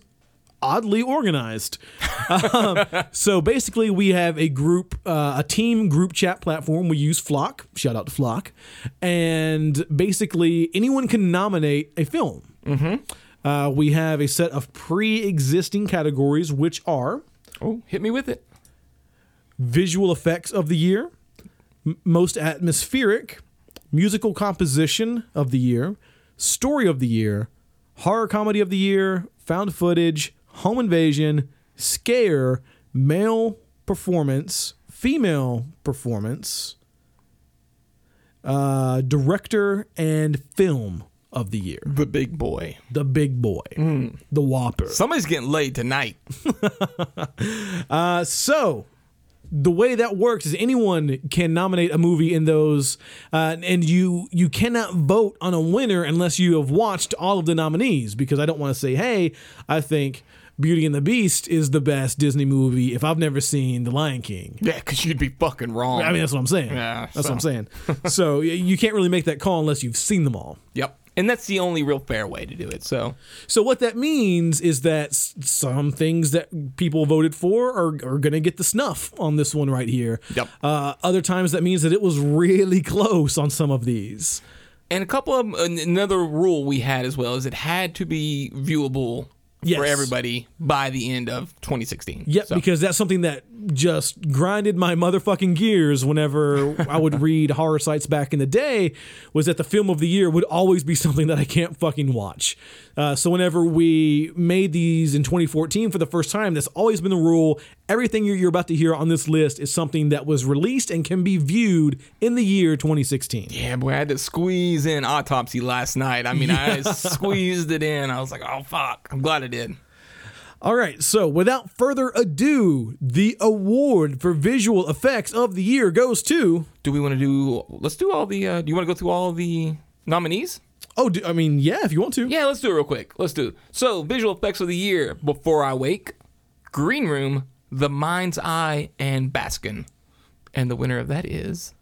Speaker 2: oddly organized. Um, so, basically, we have a group, uh, a team group chat platform. We use Flock. Shout out to Flock. And basically, anyone can nominate a film. Mm-hmm. Uh, we have a set of pre existing categories, which are
Speaker 3: Oh, hit me with it.
Speaker 2: visual effects of the year, m- most atmospheric, musical composition of the year, story of the year, horror comedy of the year, found footage, home invasion, scare, male performance, female performance, uh, director, and film of the year.
Speaker 3: The big boy.
Speaker 2: The big boy, the whopper.
Speaker 3: Somebody's getting laid tonight.
Speaker 2: So, the way that works is anyone can nominate a movie in those, uh, and you you cannot vote on a winner unless you have watched all of the nominees. Because I don't want to say, hey, I think Beauty and the Beast is the best Disney movie if I've never seen The Lion King.
Speaker 3: Yeah, because you'd be fucking wrong.
Speaker 2: I mean, that's what I'm saying.
Speaker 3: Yeah,
Speaker 2: that's what
Speaker 3: so.
Speaker 2: I'm saying. so y- you can't really make that call unless you've seen them all.
Speaker 3: yep. And that's the only real fair way to do it. So
Speaker 2: So what that means is that s- some things that people voted for are, are going to get the snuff on this one right here.
Speaker 3: Yep.
Speaker 2: Uh, other times that means that it was really close on some of these.
Speaker 3: And a couple of an- another rule we had as well is it had to be viewable
Speaker 2: Yes.
Speaker 3: for everybody by the end of 2016.
Speaker 2: Yep,
Speaker 3: So,
Speaker 2: because that's something that just grinded my motherfucking gears whenever I would read horror sites back in the day was that the film of the year would always be something that I can't fucking watch. Uh, so whenever we made these in 2014 for the first time, that's always been the rule. Everything you're, you're about to hear on this list is something that was released and can be viewed in the year 2016.
Speaker 3: yeah, boy, I had to squeeze in autopsy last night. I mean, I squeezed it in. I was like, oh fuck, I'm glad I did.
Speaker 2: All right, so without further ado, the award for visual effects of the year goes to.
Speaker 3: Do we want to do? Let's do all the. Uh, do you want to go through all the nominees?
Speaker 2: Oh, do, I mean, yeah, if you want to.
Speaker 3: Yeah, let's do it real quick. Let's do it. So, visual effects of the year: Before I Wake, Green Room, The Mind's Eye, and Baskin. And the winner of that is.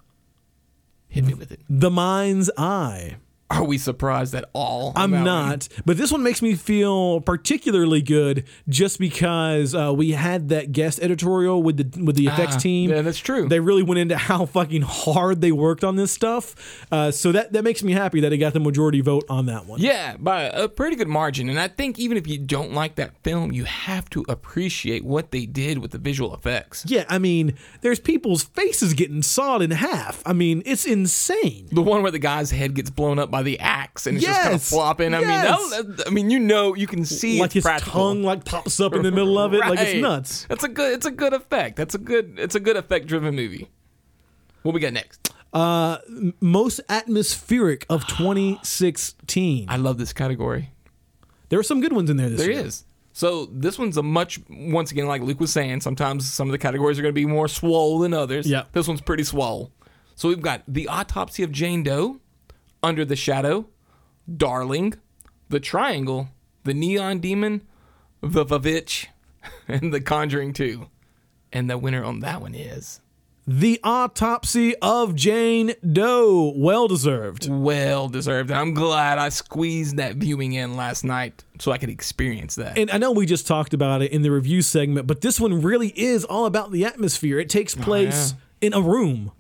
Speaker 3: Hit me with it.
Speaker 2: The Mind's Eye.
Speaker 3: Are we surprised at all? on
Speaker 2: I'm
Speaker 3: that one?
Speaker 2: not, but this one makes me feel particularly good just because uh, we had that guest editorial with the with the effects
Speaker 3: Ah,
Speaker 2: team.
Speaker 3: yeah, that's true.
Speaker 2: They really went into how fucking hard they worked on this stuff. Uh, so that that makes me happy that it got the majority vote on that one.
Speaker 3: Yeah, by a pretty good margin. And I think even if you don't like that film, you have to appreciate what they did with the visual effects.
Speaker 2: Yeah, I mean, there's people's faces getting sawed in half. I mean, it's insane.
Speaker 3: The one where the guy's head gets blown up by the axe and it's just kind of
Speaker 2: Yes.
Speaker 3: flopping. I
Speaker 2: Yes.
Speaker 3: mean, that, that- I mean, you know, you can see
Speaker 2: like
Speaker 3: it's
Speaker 2: his
Speaker 3: practical.
Speaker 2: tongue like pops up in the middle of it. Like it's
Speaker 3: Right.
Speaker 2: nuts.
Speaker 3: That's a good. It's a good effect. That's a good. It's a good effect-driven movie. What we got next?
Speaker 2: Uh, Most atmospheric of 2016.
Speaker 3: I love this category.
Speaker 2: There were some good ones in there this
Speaker 3: There
Speaker 2: year.
Speaker 3: is. So this one's a much once again like Luke was saying. Sometimes some of the categories are going to be more swole than others.
Speaker 2: Yeah.
Speaker 3: This one's pretty swole. So we've got the autopsy of Jane Doe, Under the Shadow, Darling, The Triangle, The Neon Demon, The Vavitch, and The Conjuring Two. And the winner on that one is
Speaker 2: The Autopsy of Jane Doe. Well deserved.
Speaker 3: well deserved. And I'm glad I squeezed that viewing in last night so I could experience that.
Speaker 2: And I know we just talked about it in the review segment, but this one really is all about the atmosphere. It
Speaker 3: Oh,
Speaker 2: takes place in a room.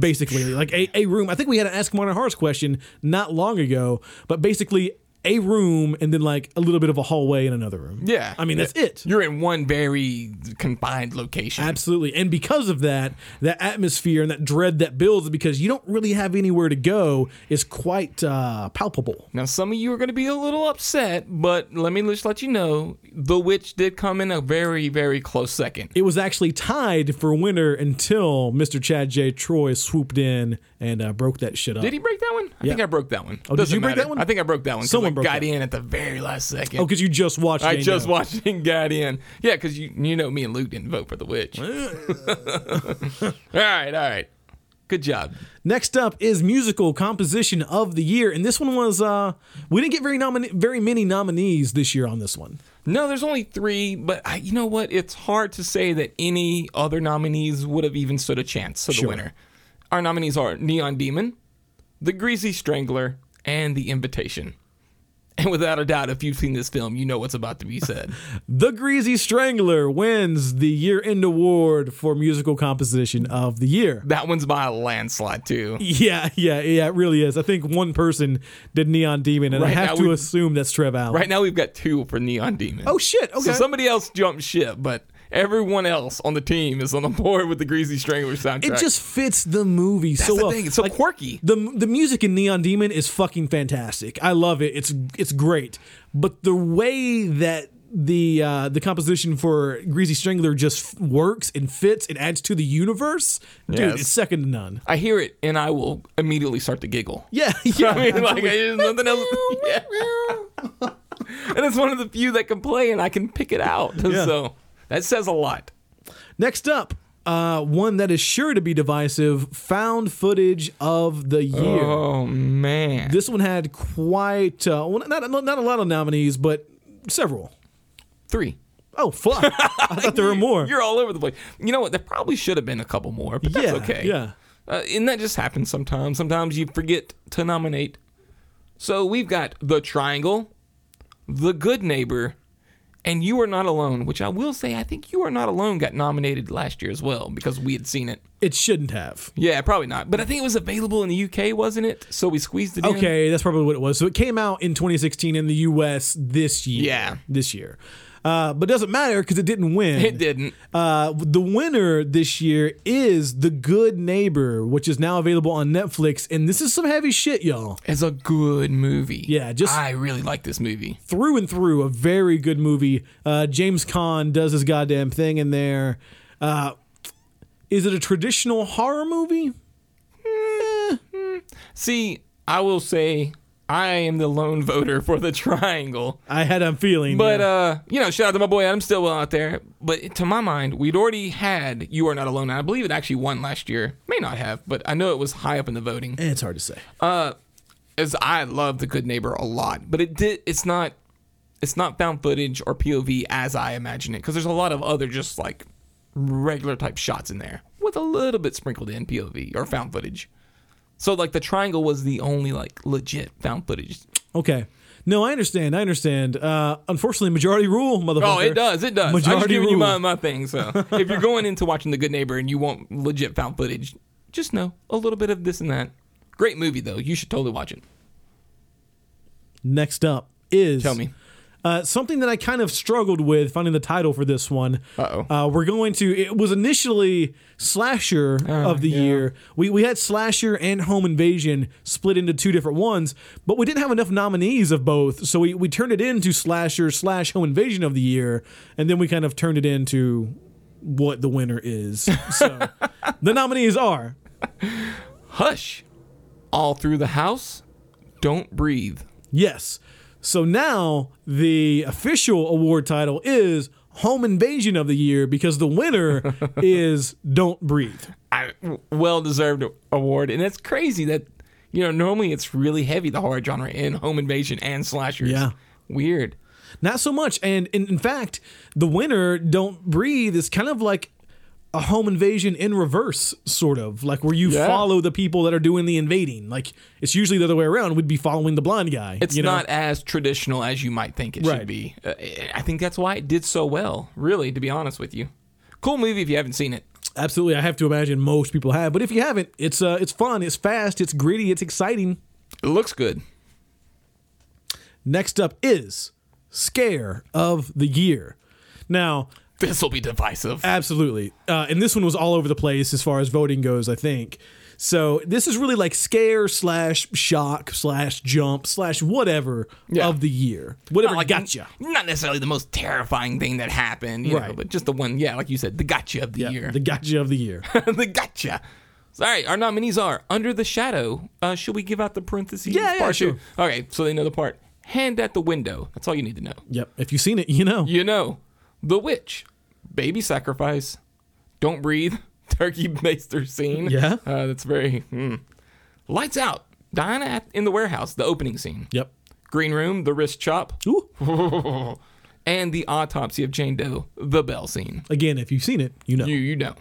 Speaker 2: basically, like a, a room. I think we had an Ask Modern Horrors question not long ago, but basically a room and then like a little bit of a hallway in another room.
Speaker 3: Yeah.
Speaker 2: I mean, that's it.
Speaker 3: You're in one very confined location.
Speaker 2: Absolutely. And because of that, that atmosphere and that dread that builds because you don't really have anywhere to go is quite uh, palpable.
Speaker 3: Now, some of you are going to be a little upset, but let me just let you know The Witch did come in a very, very close second.
Speaker 2: It was actually tied for winner until Mr. Chad J. Troy swooped in and uh, broke that shit up.
Speaker 3: Did he break that one? I think I broke that one.
Speaker 2: Oh, did
Speaker 3: Doesn't
Speaker 2: you break
Speaker 3: matter.
Speaker 2: that one?
Speaker 3: I think I broke that one. 'cause
Speaker 2: Someone
Speaker 3: I
Speaker 2: broke
Speaker 3: got
Speaker 2: that.
Speaker 3: in at the very last second.
Speaker 2: Oh, because you just watched.
Speaker 3: I
Speaker 2: Jane
Speaker 3: just
Speaker 2: Doe.
Speaker 3: watched and got in. Yeah, because you you know me and Luke didn't vote for the witch. all right, all right. Good job.
Speaker 2: Next up is musical composition of the year, and this one was uh, we didn't get very nomina- very many nominees this year on this one.
Speaker 3: No, there's only three, but I, you know what? It's hard to say that any other nominees would have even stood a chance to the
Speaker 2: Sure.
Speaker 3: winner. Our nominees are Neon Demon, The Greasy Strangler, and The Invitation. And without a doubt, if you've seen this film, you know what's about to be said.
Speaker 2: The Greasy Strangler wins the year end award for musical composition of the year.
Speaker 3: that one's by a landslide, too.
Speaker 2: Yeah, yeah, yeah, it really is. I think one person did Neon Demon, and I
Speaker 3: Right now
Speaker 2: have to
Speaker 3: we-
Speaker 2: assume that's Trev Allen.
Speaker 3: Right now, we've got two for Neon Demon.
Speaker 2: Oh, shit. Okay.
Speaker 3: So somebody else jumped ship, but everyone else on the team is on the board with the Greasy Strangler soundtrack.
Speaker 2: it just fits the movie so
Speaker 3: That's the
Speaker 2: well.
Speaker 3: thing. It's so
Speaker 2: Like,
Speaker 3: quirky.
Speaker 2: the the music in Neon Demon is fucking fantastic. I love it. It's it's great. But the way that the uh, the composition for Greasy Strangler just f- works and fits and adds to the universe, dude,
Speaker 3: Yes.
Speaker 2: it's second to none.
Speaker 3: I hear it, and I will immediately start to giggle.
Speaker 2: Yeah, yeah.
Speaker 3: I mean, like, there's nothing else. Yeah. and it's one of the few that can play, and I can pick it out. So that says a lot.
Speaker 2: Next up, uh, one that is sure to be divisive: found footage of the year.
Speaker 3: Oh man,
Speaker 2: This one had quite uh, well, not not not a lot of nominees, but several.
Speaker 3: three.
Speaker 2: Oh fuck! I thought there were more.
Speaker 3: You're all over the place. You know what? There probably should have been a couple more, but that's
Speaker 2: Yeah,
Speaker 3: okay.
Speaker 2: yeah.
Speaker 3: Uh, and that just happens sometimes. Sometimes you forget to nominate. So we've got The Triangle, The Good Neighbor, and You Are Not Alone, which I will say, I think You Are Not Alone got nominated last year as well because we had seen it.
Speaker 2: It shouldn't have.
Speaker 3: Yeah, probably not. But I think it was available in the UK, wasn't it? So we squeezed it in.
Speaker 2: Okay, that's probably what it was. So it came out in 2016 in the U.S. this year.
Speaker 3: Yeah.
Speaker 2: this year. Uh, but doesn't matter because it didn't win.
Speaker 3: It didn't.
Speaker 2: Uh, the winner this year is The Good Neighbor, which is now available on Netflix. And this is some heavy shit, y'all.
Speaker 3: It's a good movie.
Speaker 2: Yeah, just-
Speaker 3: I really like this movie.
Speaker 2: Through and through, a very good movie. Uh, James Caan does his goddamn thing in there. Uh, is it a traditional horror movie?
Speaker 3: See, I will say I am the lone voter for The Triangle.
Speaker 2: I had a feeling.
Speaker 3: But
Speaker 2: yeah.
Speaker 3: uh, you know, shout out to my boy Adam Stillwell out there. But to my mind, we'd already had "You Are Not Alone." and I believe it actually won last year. May not have, but I know it was high up in the voting.
Speaker 2: Eh, it's hard to say.
Speaker 3: As I love The Good Neighbor a lot, but it did. It's not. It's not found footage or POV as I imagine it, because there's a lot of other just like regular type shots in there with a little bit sprinkled in POV or found footage. So like the triangle was the only like legit found footage.
Speaker 2: Okay. No, I understand. I understand. Uh, unfortunately, majority rule, motherfucker.
Speaker 3: Oh, it does. It does. I'm just
Speaker 2: Majority
Speaker 3: giving you my,
Speaker 2: rule.
Speaker 3: my thing. So if you're going into watching The Good Neighbor and you want legit found footage, just know a little bit of this and that. Great movie though. You should totally watch it.
Speaker 2: Next up is
Speaker 3: Tell me.
Speaker 2: uh, something that I kind of struggled with finding the title for this one.
Speaker 3: Uh-oh.
Speaker 2: Uh, we're going to. It was initially slasher of the year. We we had slasher and home invasion split into two different ones, but we didn't have enough nominees of both, so we we turned it into slasher slash home invasion of the year, and then we kind of turned it into what the winner is. So the nominees are
Speaker 3: Hush. All through the house. Don't breathe.
Speaker 2: Yes. So now the official award title is Home Invasion of the Year because the winner is Don't Breathe.
Speaker 3: I, well deserved award, and it's crazy that you know normally it's really heavy the horror genre in home invasion and slashers.
Speaker 2: Yeah.
Speaker 3: Weird.
Speaker 2: Not so much. And in, in fact, the winner, Don't Breathe, is kind of like a home invasion in reverse, sort of like where you
Speaker 3: Yeah.
Speaker 2: follow the people that are doing the invading. Like it's usually the other way around. We'd be following the blonde guy.
Speaker 3: It's
Speaker 2: you know?
Speaker 3: not as traditional as you might think it
Speaker 2: Right.
Speaker 3: should be. Uh, I think that's why it did so well, really, to be honest with you. Cool movie if you haven't seen it.
Speaker 2: absolutely. I have to imagine most people have, but if you haven't, it's uh, it's fun, it's fast, it's gritty, it's exciting.
Speaker 3: It looks good.
Speaker 2: Next up is Scare of the Year. Now,
Speaker 3: This will be divisive.
Speaker 2: absolutely. Uh, and this one was all over the place as far as voting goes, I think. So this is really like scare slash shock slash jump slash whatever
Speaker 3: Yeah. Oh,
Speaker 2: of the year. Whatever gotcha.
Speaker 3: Not necessarily the most terrifying thing that happened, you know,
Speaker 2: Right.
Speaker 3: but just the one, yeah, like you said, the gotcha of the year.
Speaker 2: The gotcha of the year.
Speaker 3: the gotcha. So, all right, our nominees are Under the Shadow. Uh, should we give out the parentheses?
Speaker 2: Yeah, yeah,
Speaker 3: part
Speaker 2: sure.
Speaker 3: two? Okay, so they know the part. Hand at the window. That's all you need to know.
Speaker 2: yep. If you've seen it, you know.
Speaker 3: You know, The Witch, Baby Sacrifice, Don't Breathe, Turkey Baster Scene.
Speaker 2: Yeah.
Speaker 3: Uh, that's very. hmm. Lights Out, Diana at, in the Warehouse, the opening scene.
Speaker 2: Yep.
Speaker 3: Green Room, The Wrist Chop,
Speaker 2: Ooh.
Speaker 3: and and the autopsy of Jane Doe, the bell scene.
Speaker 2: Again, if you've seen it, you know.
Speaker 3: You you know.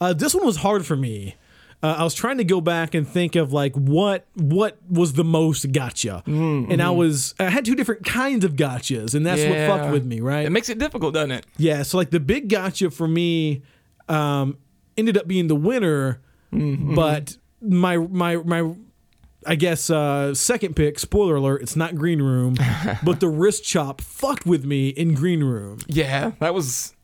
Speaker 2: Uh, this one was hard for me. Uh, I was trying to go back and think of like what what was the most gotcha,
Speaker 3: Mm-hmm,
Speaker 2: and I was I had two different kinds of gotchas, and that's
Speaker 3: Yeah.
Speaker 2: what fucked with me, right?
Speaker 3: It makes it difficult, doesn't it?
Speaker 2: Yeah, so like the big gotcha for me um ended up being the winner,
Speaker 3: Mm-hmm,
Speaker 2: but my my my I guess uh second pick, spoiler alert, it's not Green Room, but the wrist chop fucked with me in Green Room.
Speaker 3: Yeah, that was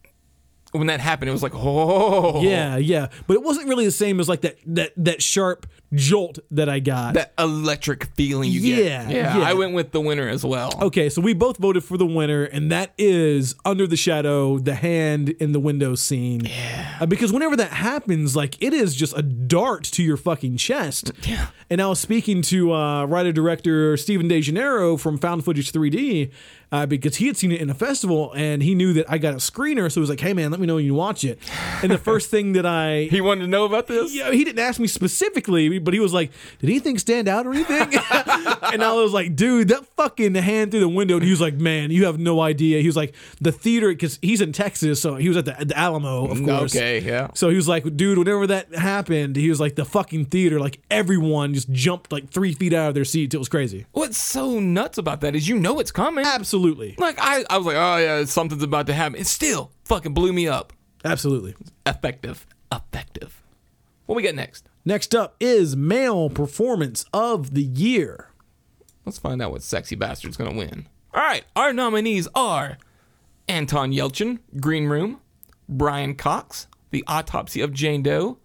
Speaker 3: when that happened. It was like, oh,
Speaker 2: Yeah, yeah. But it wasn't really the same as like that that that sharp jolt that I got.
Speaker 3: that electric feeling you
Speaker 2: Yeah,
Speaker 3: get. yeah.
Speaker 2: yeah. Oh.
Speaker 3: I went with the winner as well.
Speaker 2: Okay, so we both voted for the winner, and that is Under the Shadow, the hand in the window scene. Yeah. because whenever that happens, like it is just a dart to your fucking chest.
Speaker 3: Yeah.
Speaker 2: And I was speaking to uh, writer director Steven DeGennaro from Found Footage 3D uh, because he had seen it in a festival and he knew that I got a screener, so he was like, hey man, let me know when you watch it. And the first thing that I.
Speaker 3: He wanted to know about this.
Speaker 2: Yeah, he didn't ask me specifically, but he was like, "Did anything stand out or anything?" and I was like, "Dude, that fucking hand through the window." And he was like, "Man, you have no idea." He was like, "The theater, because he's in Texas, so he was at the, at the Alamo, of course."
Speaker 3: Mm, Okay, yeah.
Speaker 2: So he was like, "Dude, whenever that happened, he was like, the fucking theater, like everyone just jumped like three feet out of their seats. It was crazy.
Speaker 3: What's so nuts about that is you know it's coming.
Speaker 2: Ah. Absolutely,
Speaker 3: Like I, I was like, oh yeah, something's about to happen. It still fucking blew me up.
Speaker 2: absolutely."
Speaker 3: Effective, effective. What we got next?
Speaker 2: Next up is male performance of the year.
Speaker 3: Let's find out what sexy bastard's gonna win. All right, our nominees are Anton Yelchin, Green Room, Brian Cox, The Autopsy of Jane Doe,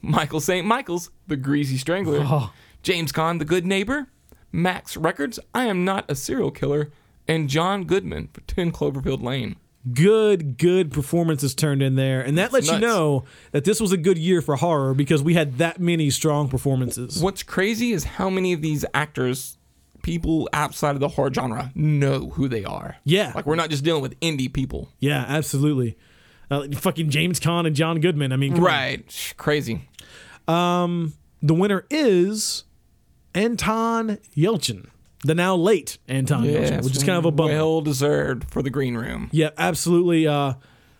Speaker 3: Michael St. Michael's, The Greasy Strangler,
Speaker 2: Oh.
Speaker 3: James Caan, The Good Neighbor, Max Records, I Am Not a Serial Killer, and John Goodman for 10 Cloverfield Lane.
Speaker 2: good, good performances turned in there. And that lets you
Speaker 3: nuts.
Speaker 2: know that this was a good year for horror because we had that many strong performances.
Speaker 3: What's crazy is how many of these actors, people outside of the horror genre, know who they are.
Speaker 2: Yeah.
Speaker 3: Like, we're not just dealing with indie people.
Speaker 2: Yeah, absolutely. Uh, fucking James Caan and John Goodman. I mean, come on.
Speaker 3: Right. Shh, Crazy.
Speaker 2: The winner is Anton Yelchin, the now late Anton Yelchin, which is kind of a bummer.
Speaker 3: Well deserved for the green room.
Speaker 2: Yeah, absolutely. Uh,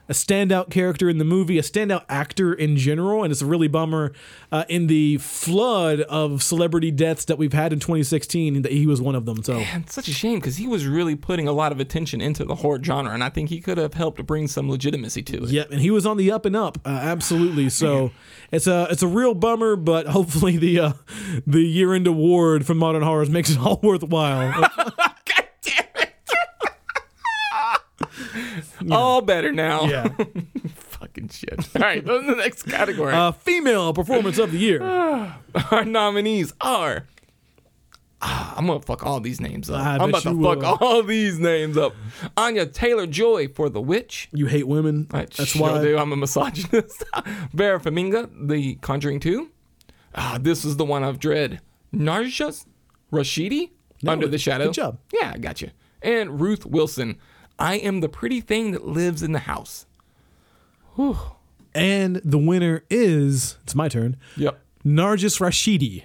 Speaker 2: a standout character in the movie, a standout actor in general, and it's a really bummer uh, in the flood of celebrity deaths that we've had in 2016 that he was one of them. So
Speaker 3: And it's such a shame because he was really putting a lot of attention into the horror genre, and I think he could have helped bring some legitimacy to it.
Speaker 2: Yep, and he was on the up and up, uh,
Speaker 3: Oh,
Speaker 2: absolutely. So it's a it's a real bummer, but hopefully the uh, the year end award from Modern Horrors makes it all worthwhile.
Speaker 3: God damn it! All better now.
Speaker 2: yeah,
Speaker 3: Fucking shit. All right, on to the next category.
Speaker 2: uh, female performance of the year.
Speaker 3: Our nominees are. Ah, I'm gonna fuck all these names up.
Speaker 2: I
Speaker 3: I'm
Speaker 2: bet
Speaker 3: about to
Speaker 2: you
Speaker 3: fuck
Speaker 2: will.
Speaker 3: all these names up. Anya Taylor Joy for The Witch.
Speaker 2: You hate women.
Speaker 3: I
Speaker 2: That's
Speaker 3: sure
Speaker 2: why.
Speaker 3: do. I'm a misogynist. Vera Faminga, The Conjuring 2. Ah, this is the one I've dread. Narjas Rashidi, Under the Shadow.
Speaker 2: good job.
Speaker 3: Yeah, I got you. And Ruth Wilson, I am the pretty thing that lives in the house.
Speaker 2: And the winner is it's my turn.
Speaker 3: Yep.
Speaker 2: Nargis Rashidi.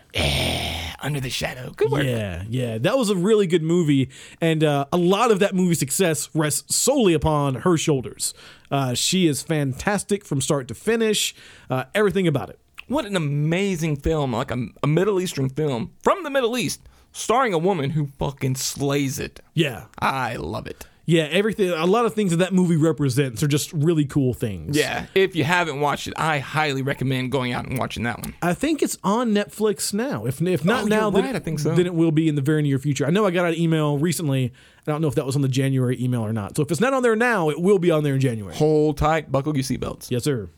Speaker 3: Under the Shadow. Good work.
Speaker 2: Yeah, yeah, that was a really good movie, and uh, a lot of that movie's success rests solely upon her shoulders. Uh, she is fantastic from start to finish. Uh, everything about it.
Speaker 3: What an amazing film, like a, a Middle Eastern film from the Middle East, starring a woman who fucking slays it.
Speaker 2: Yeah,
Speaker 3: I love it.
Speaker 2: Yeah, everything. A lot of things that that movie represents are just really cool things.
Speaker 3: Yeah, if you haven't watched it, I highly recommend going out and watching that one.
Speaker 2: I think it's on Netflix now. If if not
Speaker 3: Oh,
Speaker 2: now,
Speaker 3: you're
Speaker 2: then,
Speaker 3: right,
Speaker 2: it-
Speaker 3: I think so.
Speaker 2: then it will be in the very near future. I know I got an email recently. I don't know if that was on the January email or not. So if it's not on there now, it will be on there in January.
Speaker 3: Hold tight, buckle your seatbelts.
Speaker 2: Yes, sir.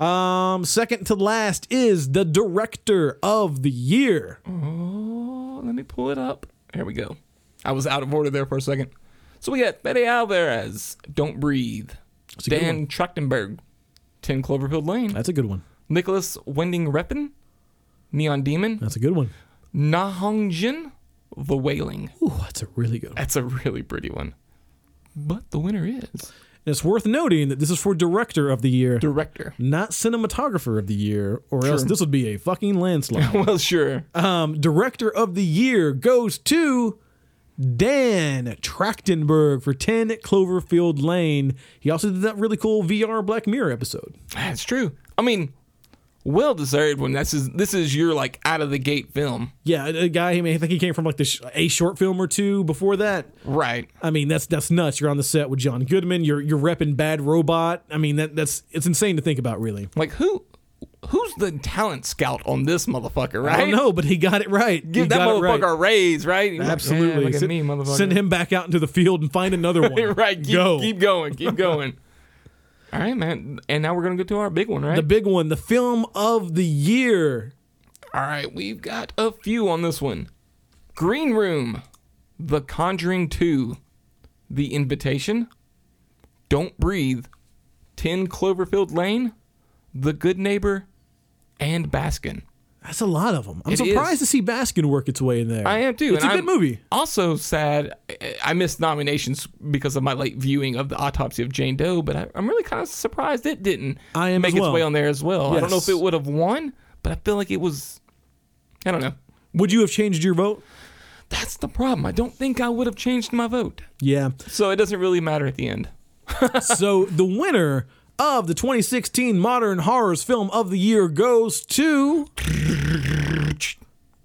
Speaker 2: Um, second to last is the director of the year.
Speaker 3: Oh, let me pull it up. Here we go. I was out of order there for a second. So we got Betty Alvarez, Don't Breathe,
Speaker 2: a good
Speaker 3: Dan Trachtenberg, 10 Cloverfield Lane,
Speaker 2: That's a good one.
Speaker 3: Nicholas Wending Reppin, Neon Demon,
Speaker 2: That's a good one.
Speaker 3: Na Hong Jin, The Wailing.
Speaker 2: Ooh, that's a really good one.
Speaker 3: That's a really pretty one. But the winner is
Speaker 2: And it's worth noting that this is for director of the year,
Speaker 3: director.
Speaker 2: not cinematographer of the year, or else this would be a fucking landslide.
Speaker 3: Well, sure.
Speaker 2: um, director of the year goes to Dan Trachtenberg for 10 Cloverfield Lane. He also did that really cool VR Black Mirror episode.
Speaker 3: That's true. I mean, well deserved when this is this is your like out of the gate film,
Speaker 2: Yeah, a a guy, I, mean, I think he came from like the sh- a short film or two before that.
Speaker 3: right?
Speaker 2: I mean, that's that's nuts. You're on the set with John Goodman. You're you're repping Bad Robot. I mean, that that's it's insane to think about, really.
Speaker 3: Like who who's the talent scout on this motherfucker, right?
Speaker 2: I don't know, but he got it right.
Speaker 3: Give
Speaker 2: he
Speaker 3: that
Speaker 2: got it
Speaker 3: motherfucker
Speaker 2: right.
Speaker 3: a raise, right? He's like,
Speaker 2: Absolutely.
Speaker 3: "Yeah, look at
Speaker 2: send,
Speaker 3: me, motherfucker.
Speaker 2: send him back out into the field and find another one.
Speaker 3: right. Keep,
Speaker 2: Go.
Speaker 3: keep going. Keep going. All right, man. And now we're gonna go to our big one, right?
Speaker 2: the big one, the film of the year.
Speaker 3: All right, we've got a few on this one. Green Room, The Conjuring 2, The Invitation, Don't Breathe, 10 Cloverfield Lane, The Good Neighbor, and Baskin.
Speaker 2: That's a lot of them. I'm
Speaker 3: It
Speaker 2: surprised
Speaker 3: is.
Speaker 2: to see Baskin work its way in there.
Speaker 3: I am too.
Speaker 2: It's
Speaker 3: and
Speaker 2: a
Speaker 3: I'm
Speaker 2: good movie.
Speaker 3: Also sad, I- I missed nominations because of my late viewing of the autopsy of Jane Doe, but I, I'm really kind of surprised it didn't
Speaker 2: I am
Speaker 3: make
Speaker 2: as
Speaker 3: its
Speaker 2: well.
Speaker 3: way on there as well. I don't know if
Speaker 2: Yes.
Speaker 3: it would have won, but I feel like it was. I don't know.
Speaker 2: Would you have changed your vote?
Speaker 3: That's the problem. I don't think I would have changed my vote.
Speaker 2: Yeah.
Speaker 3: So it doesn't really matter at the end.
Speaker 2: so the winner of the 2016 Modern Horrors Film of the Year goes to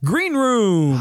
Speaker 2: Green Room,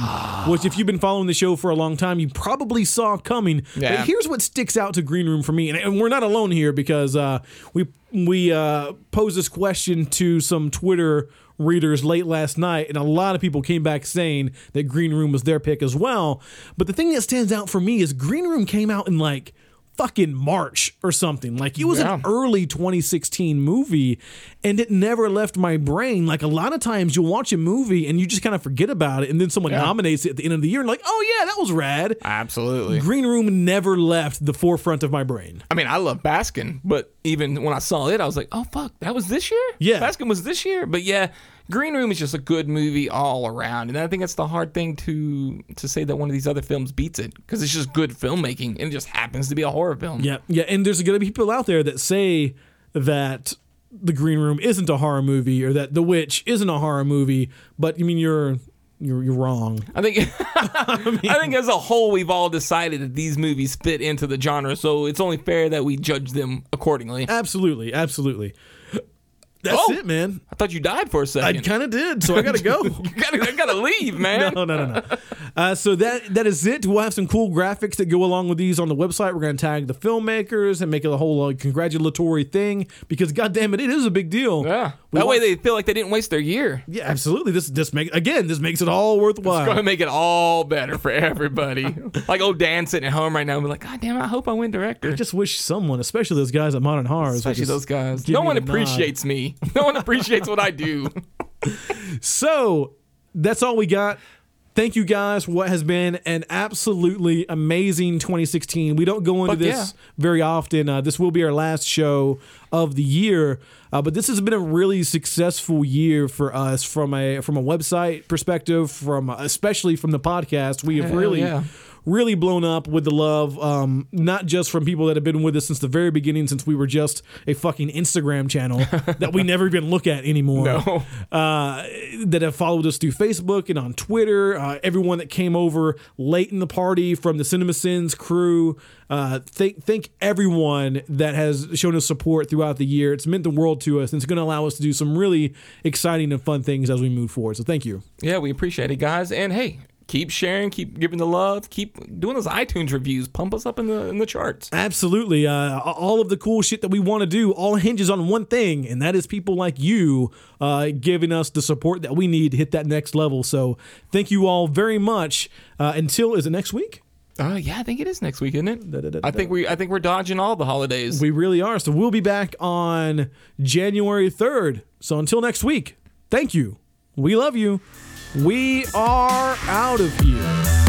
Speaker 2: which if you've been following the show for a long time, you probably saw coming.
Speaker 3: Yeah.
Speaker 2: But here's what sticks out to Green Room for me, and, and we're not alone here because uh, we we uh, posed this question to some Twitter readers late last night, and a lot of people came back saying that Green Room was their pick as well. But the thing that stands out for me is Green Room came out in like fucking March or something. Like it was
Speaker 3: Yeah.
Speaker 2: an early 2016 movie and it never left my brain. Like a lot of times you'll watch a movie and you just kind of forget about it and then someone nominates it at the end of the year and like, "Oh yeah, that was rad."
Speaker 3: Absolutely.
Speaker 2: Green Room never left the forefront of my brain.
Speaker 3: I mean, I love Baskin, but even when I saw it, I was like, oh, fuck, that was this year?
Speaker 2: Yeah.
Speaker 3: Baskin was this year? But yeah, Green Room is just a good movie all around. And I think that's the hard thing to to say that one of these other films beats it because it's just good filmmaking and it just happens to be a horror film.
Speaker 2: Yeah. Yeah, and there's going to be people out there that say that The Green Room isn't a horror movie or that The Witch isn't a horror movie, but I mean you're you're, you're wrong.
Speaker 3: I think I think as a whole we've all decided that these movies fit into the genre, so it's only fair that we judge them accordingly.
Speaker 2: Absolutely. Absolutely. That's
Speaker 3: Oh.
Speaker 2: it, man.
Speaker 3: I thought you died for a
Speaker 2: I
Speaker 3: second.
Speaker 2: kind of did, so I got to go.
Speaker 3: You gotta, I gotta leave, man.
Speaker 2: no, no, no, no. Uh, so that that is it. We'll have some cool graphics that go along with these on the website. We're going to tag the filmmakers and make it a whole like, congratulatory thing because, goddamn it, it is a big deal.
Speaker 3: Yeah.
Speaker 2: We
Speaker 3: that way
Speaker 2: want-
Speaker 3: they feel like they didn't waste their year.
Speaker 2: Yeah, absolutely. This this make again. This makes it all
Speaker 3: Gonna
Speaker 2: worthwhile.
Speaker 3: make it all better for everybody. like old Dan sitting at home right now and be like, God damn, I hope I win director.
Speaker 2: I just wish someone, especially those guys at Modern Horrors, would
Speaker 3: Especially
Speaker 2: just
Speaker 3: those guys.
Speaker 2: give
Speaker 3: No
Speaker 2: me
Speaker 3: one
Speaker 2: the nod.
Speaker 3: appreciates me. No one appreciates what I do.
Speaker 2: So that's all we got. Thank you guys for what has been an absolutely amazing 2016. We don't go into
Speaker 3: Fuck
Speaker 2: this
Speaker 3: yeah.
Speaker 2: very often. Uh, this will be our last show of the year, uh, but this has been a really successful year for us from a from a website perspective, from especially from the podcast. We have
Speaker 3: Hell
Speaker 2: really
Speaker 3: yeah.
Speaker 2: really blown up with the love, um, not just from people that have been with us since the very beginning, since we were just a fucking Instagram channel that we never even look at anymore.
Speaker 3: No.
Speaker 2: Uh, that have followed us through Facebook and on Twitter. Uh, everyone that came over late in the party from the Cinema Sins crew. Uh, thank, thank everyone that has shown us support throughout the year. It's meant the world to us, and it's going to allow us to do some really exciting and fun things as we move forward. So thank you.
Speaker 3: Yeah, we appreciate it, guys. And hey, keep sharing, keep giving the love, keep doing those iTunes reviews. Pump us up in the in the charts.
Speaker 2: Absolutely. Uh, all of the cool shit that we want to do all hinges on one thing, and that is people like you uh, giving us the support that we need to hit that next level. So thank you all very much. Uh, until, is it next week?
Speaker 3: Uh yeah, I think it is next week, isn't it?
Speaker 2: Da, da, da,
Speaker 3: I think we I think we're dodging all the holidays.
Speaker 2: We really are. So we'll be back on January 3rd. So until next week, thank you. We love you. We are out of here.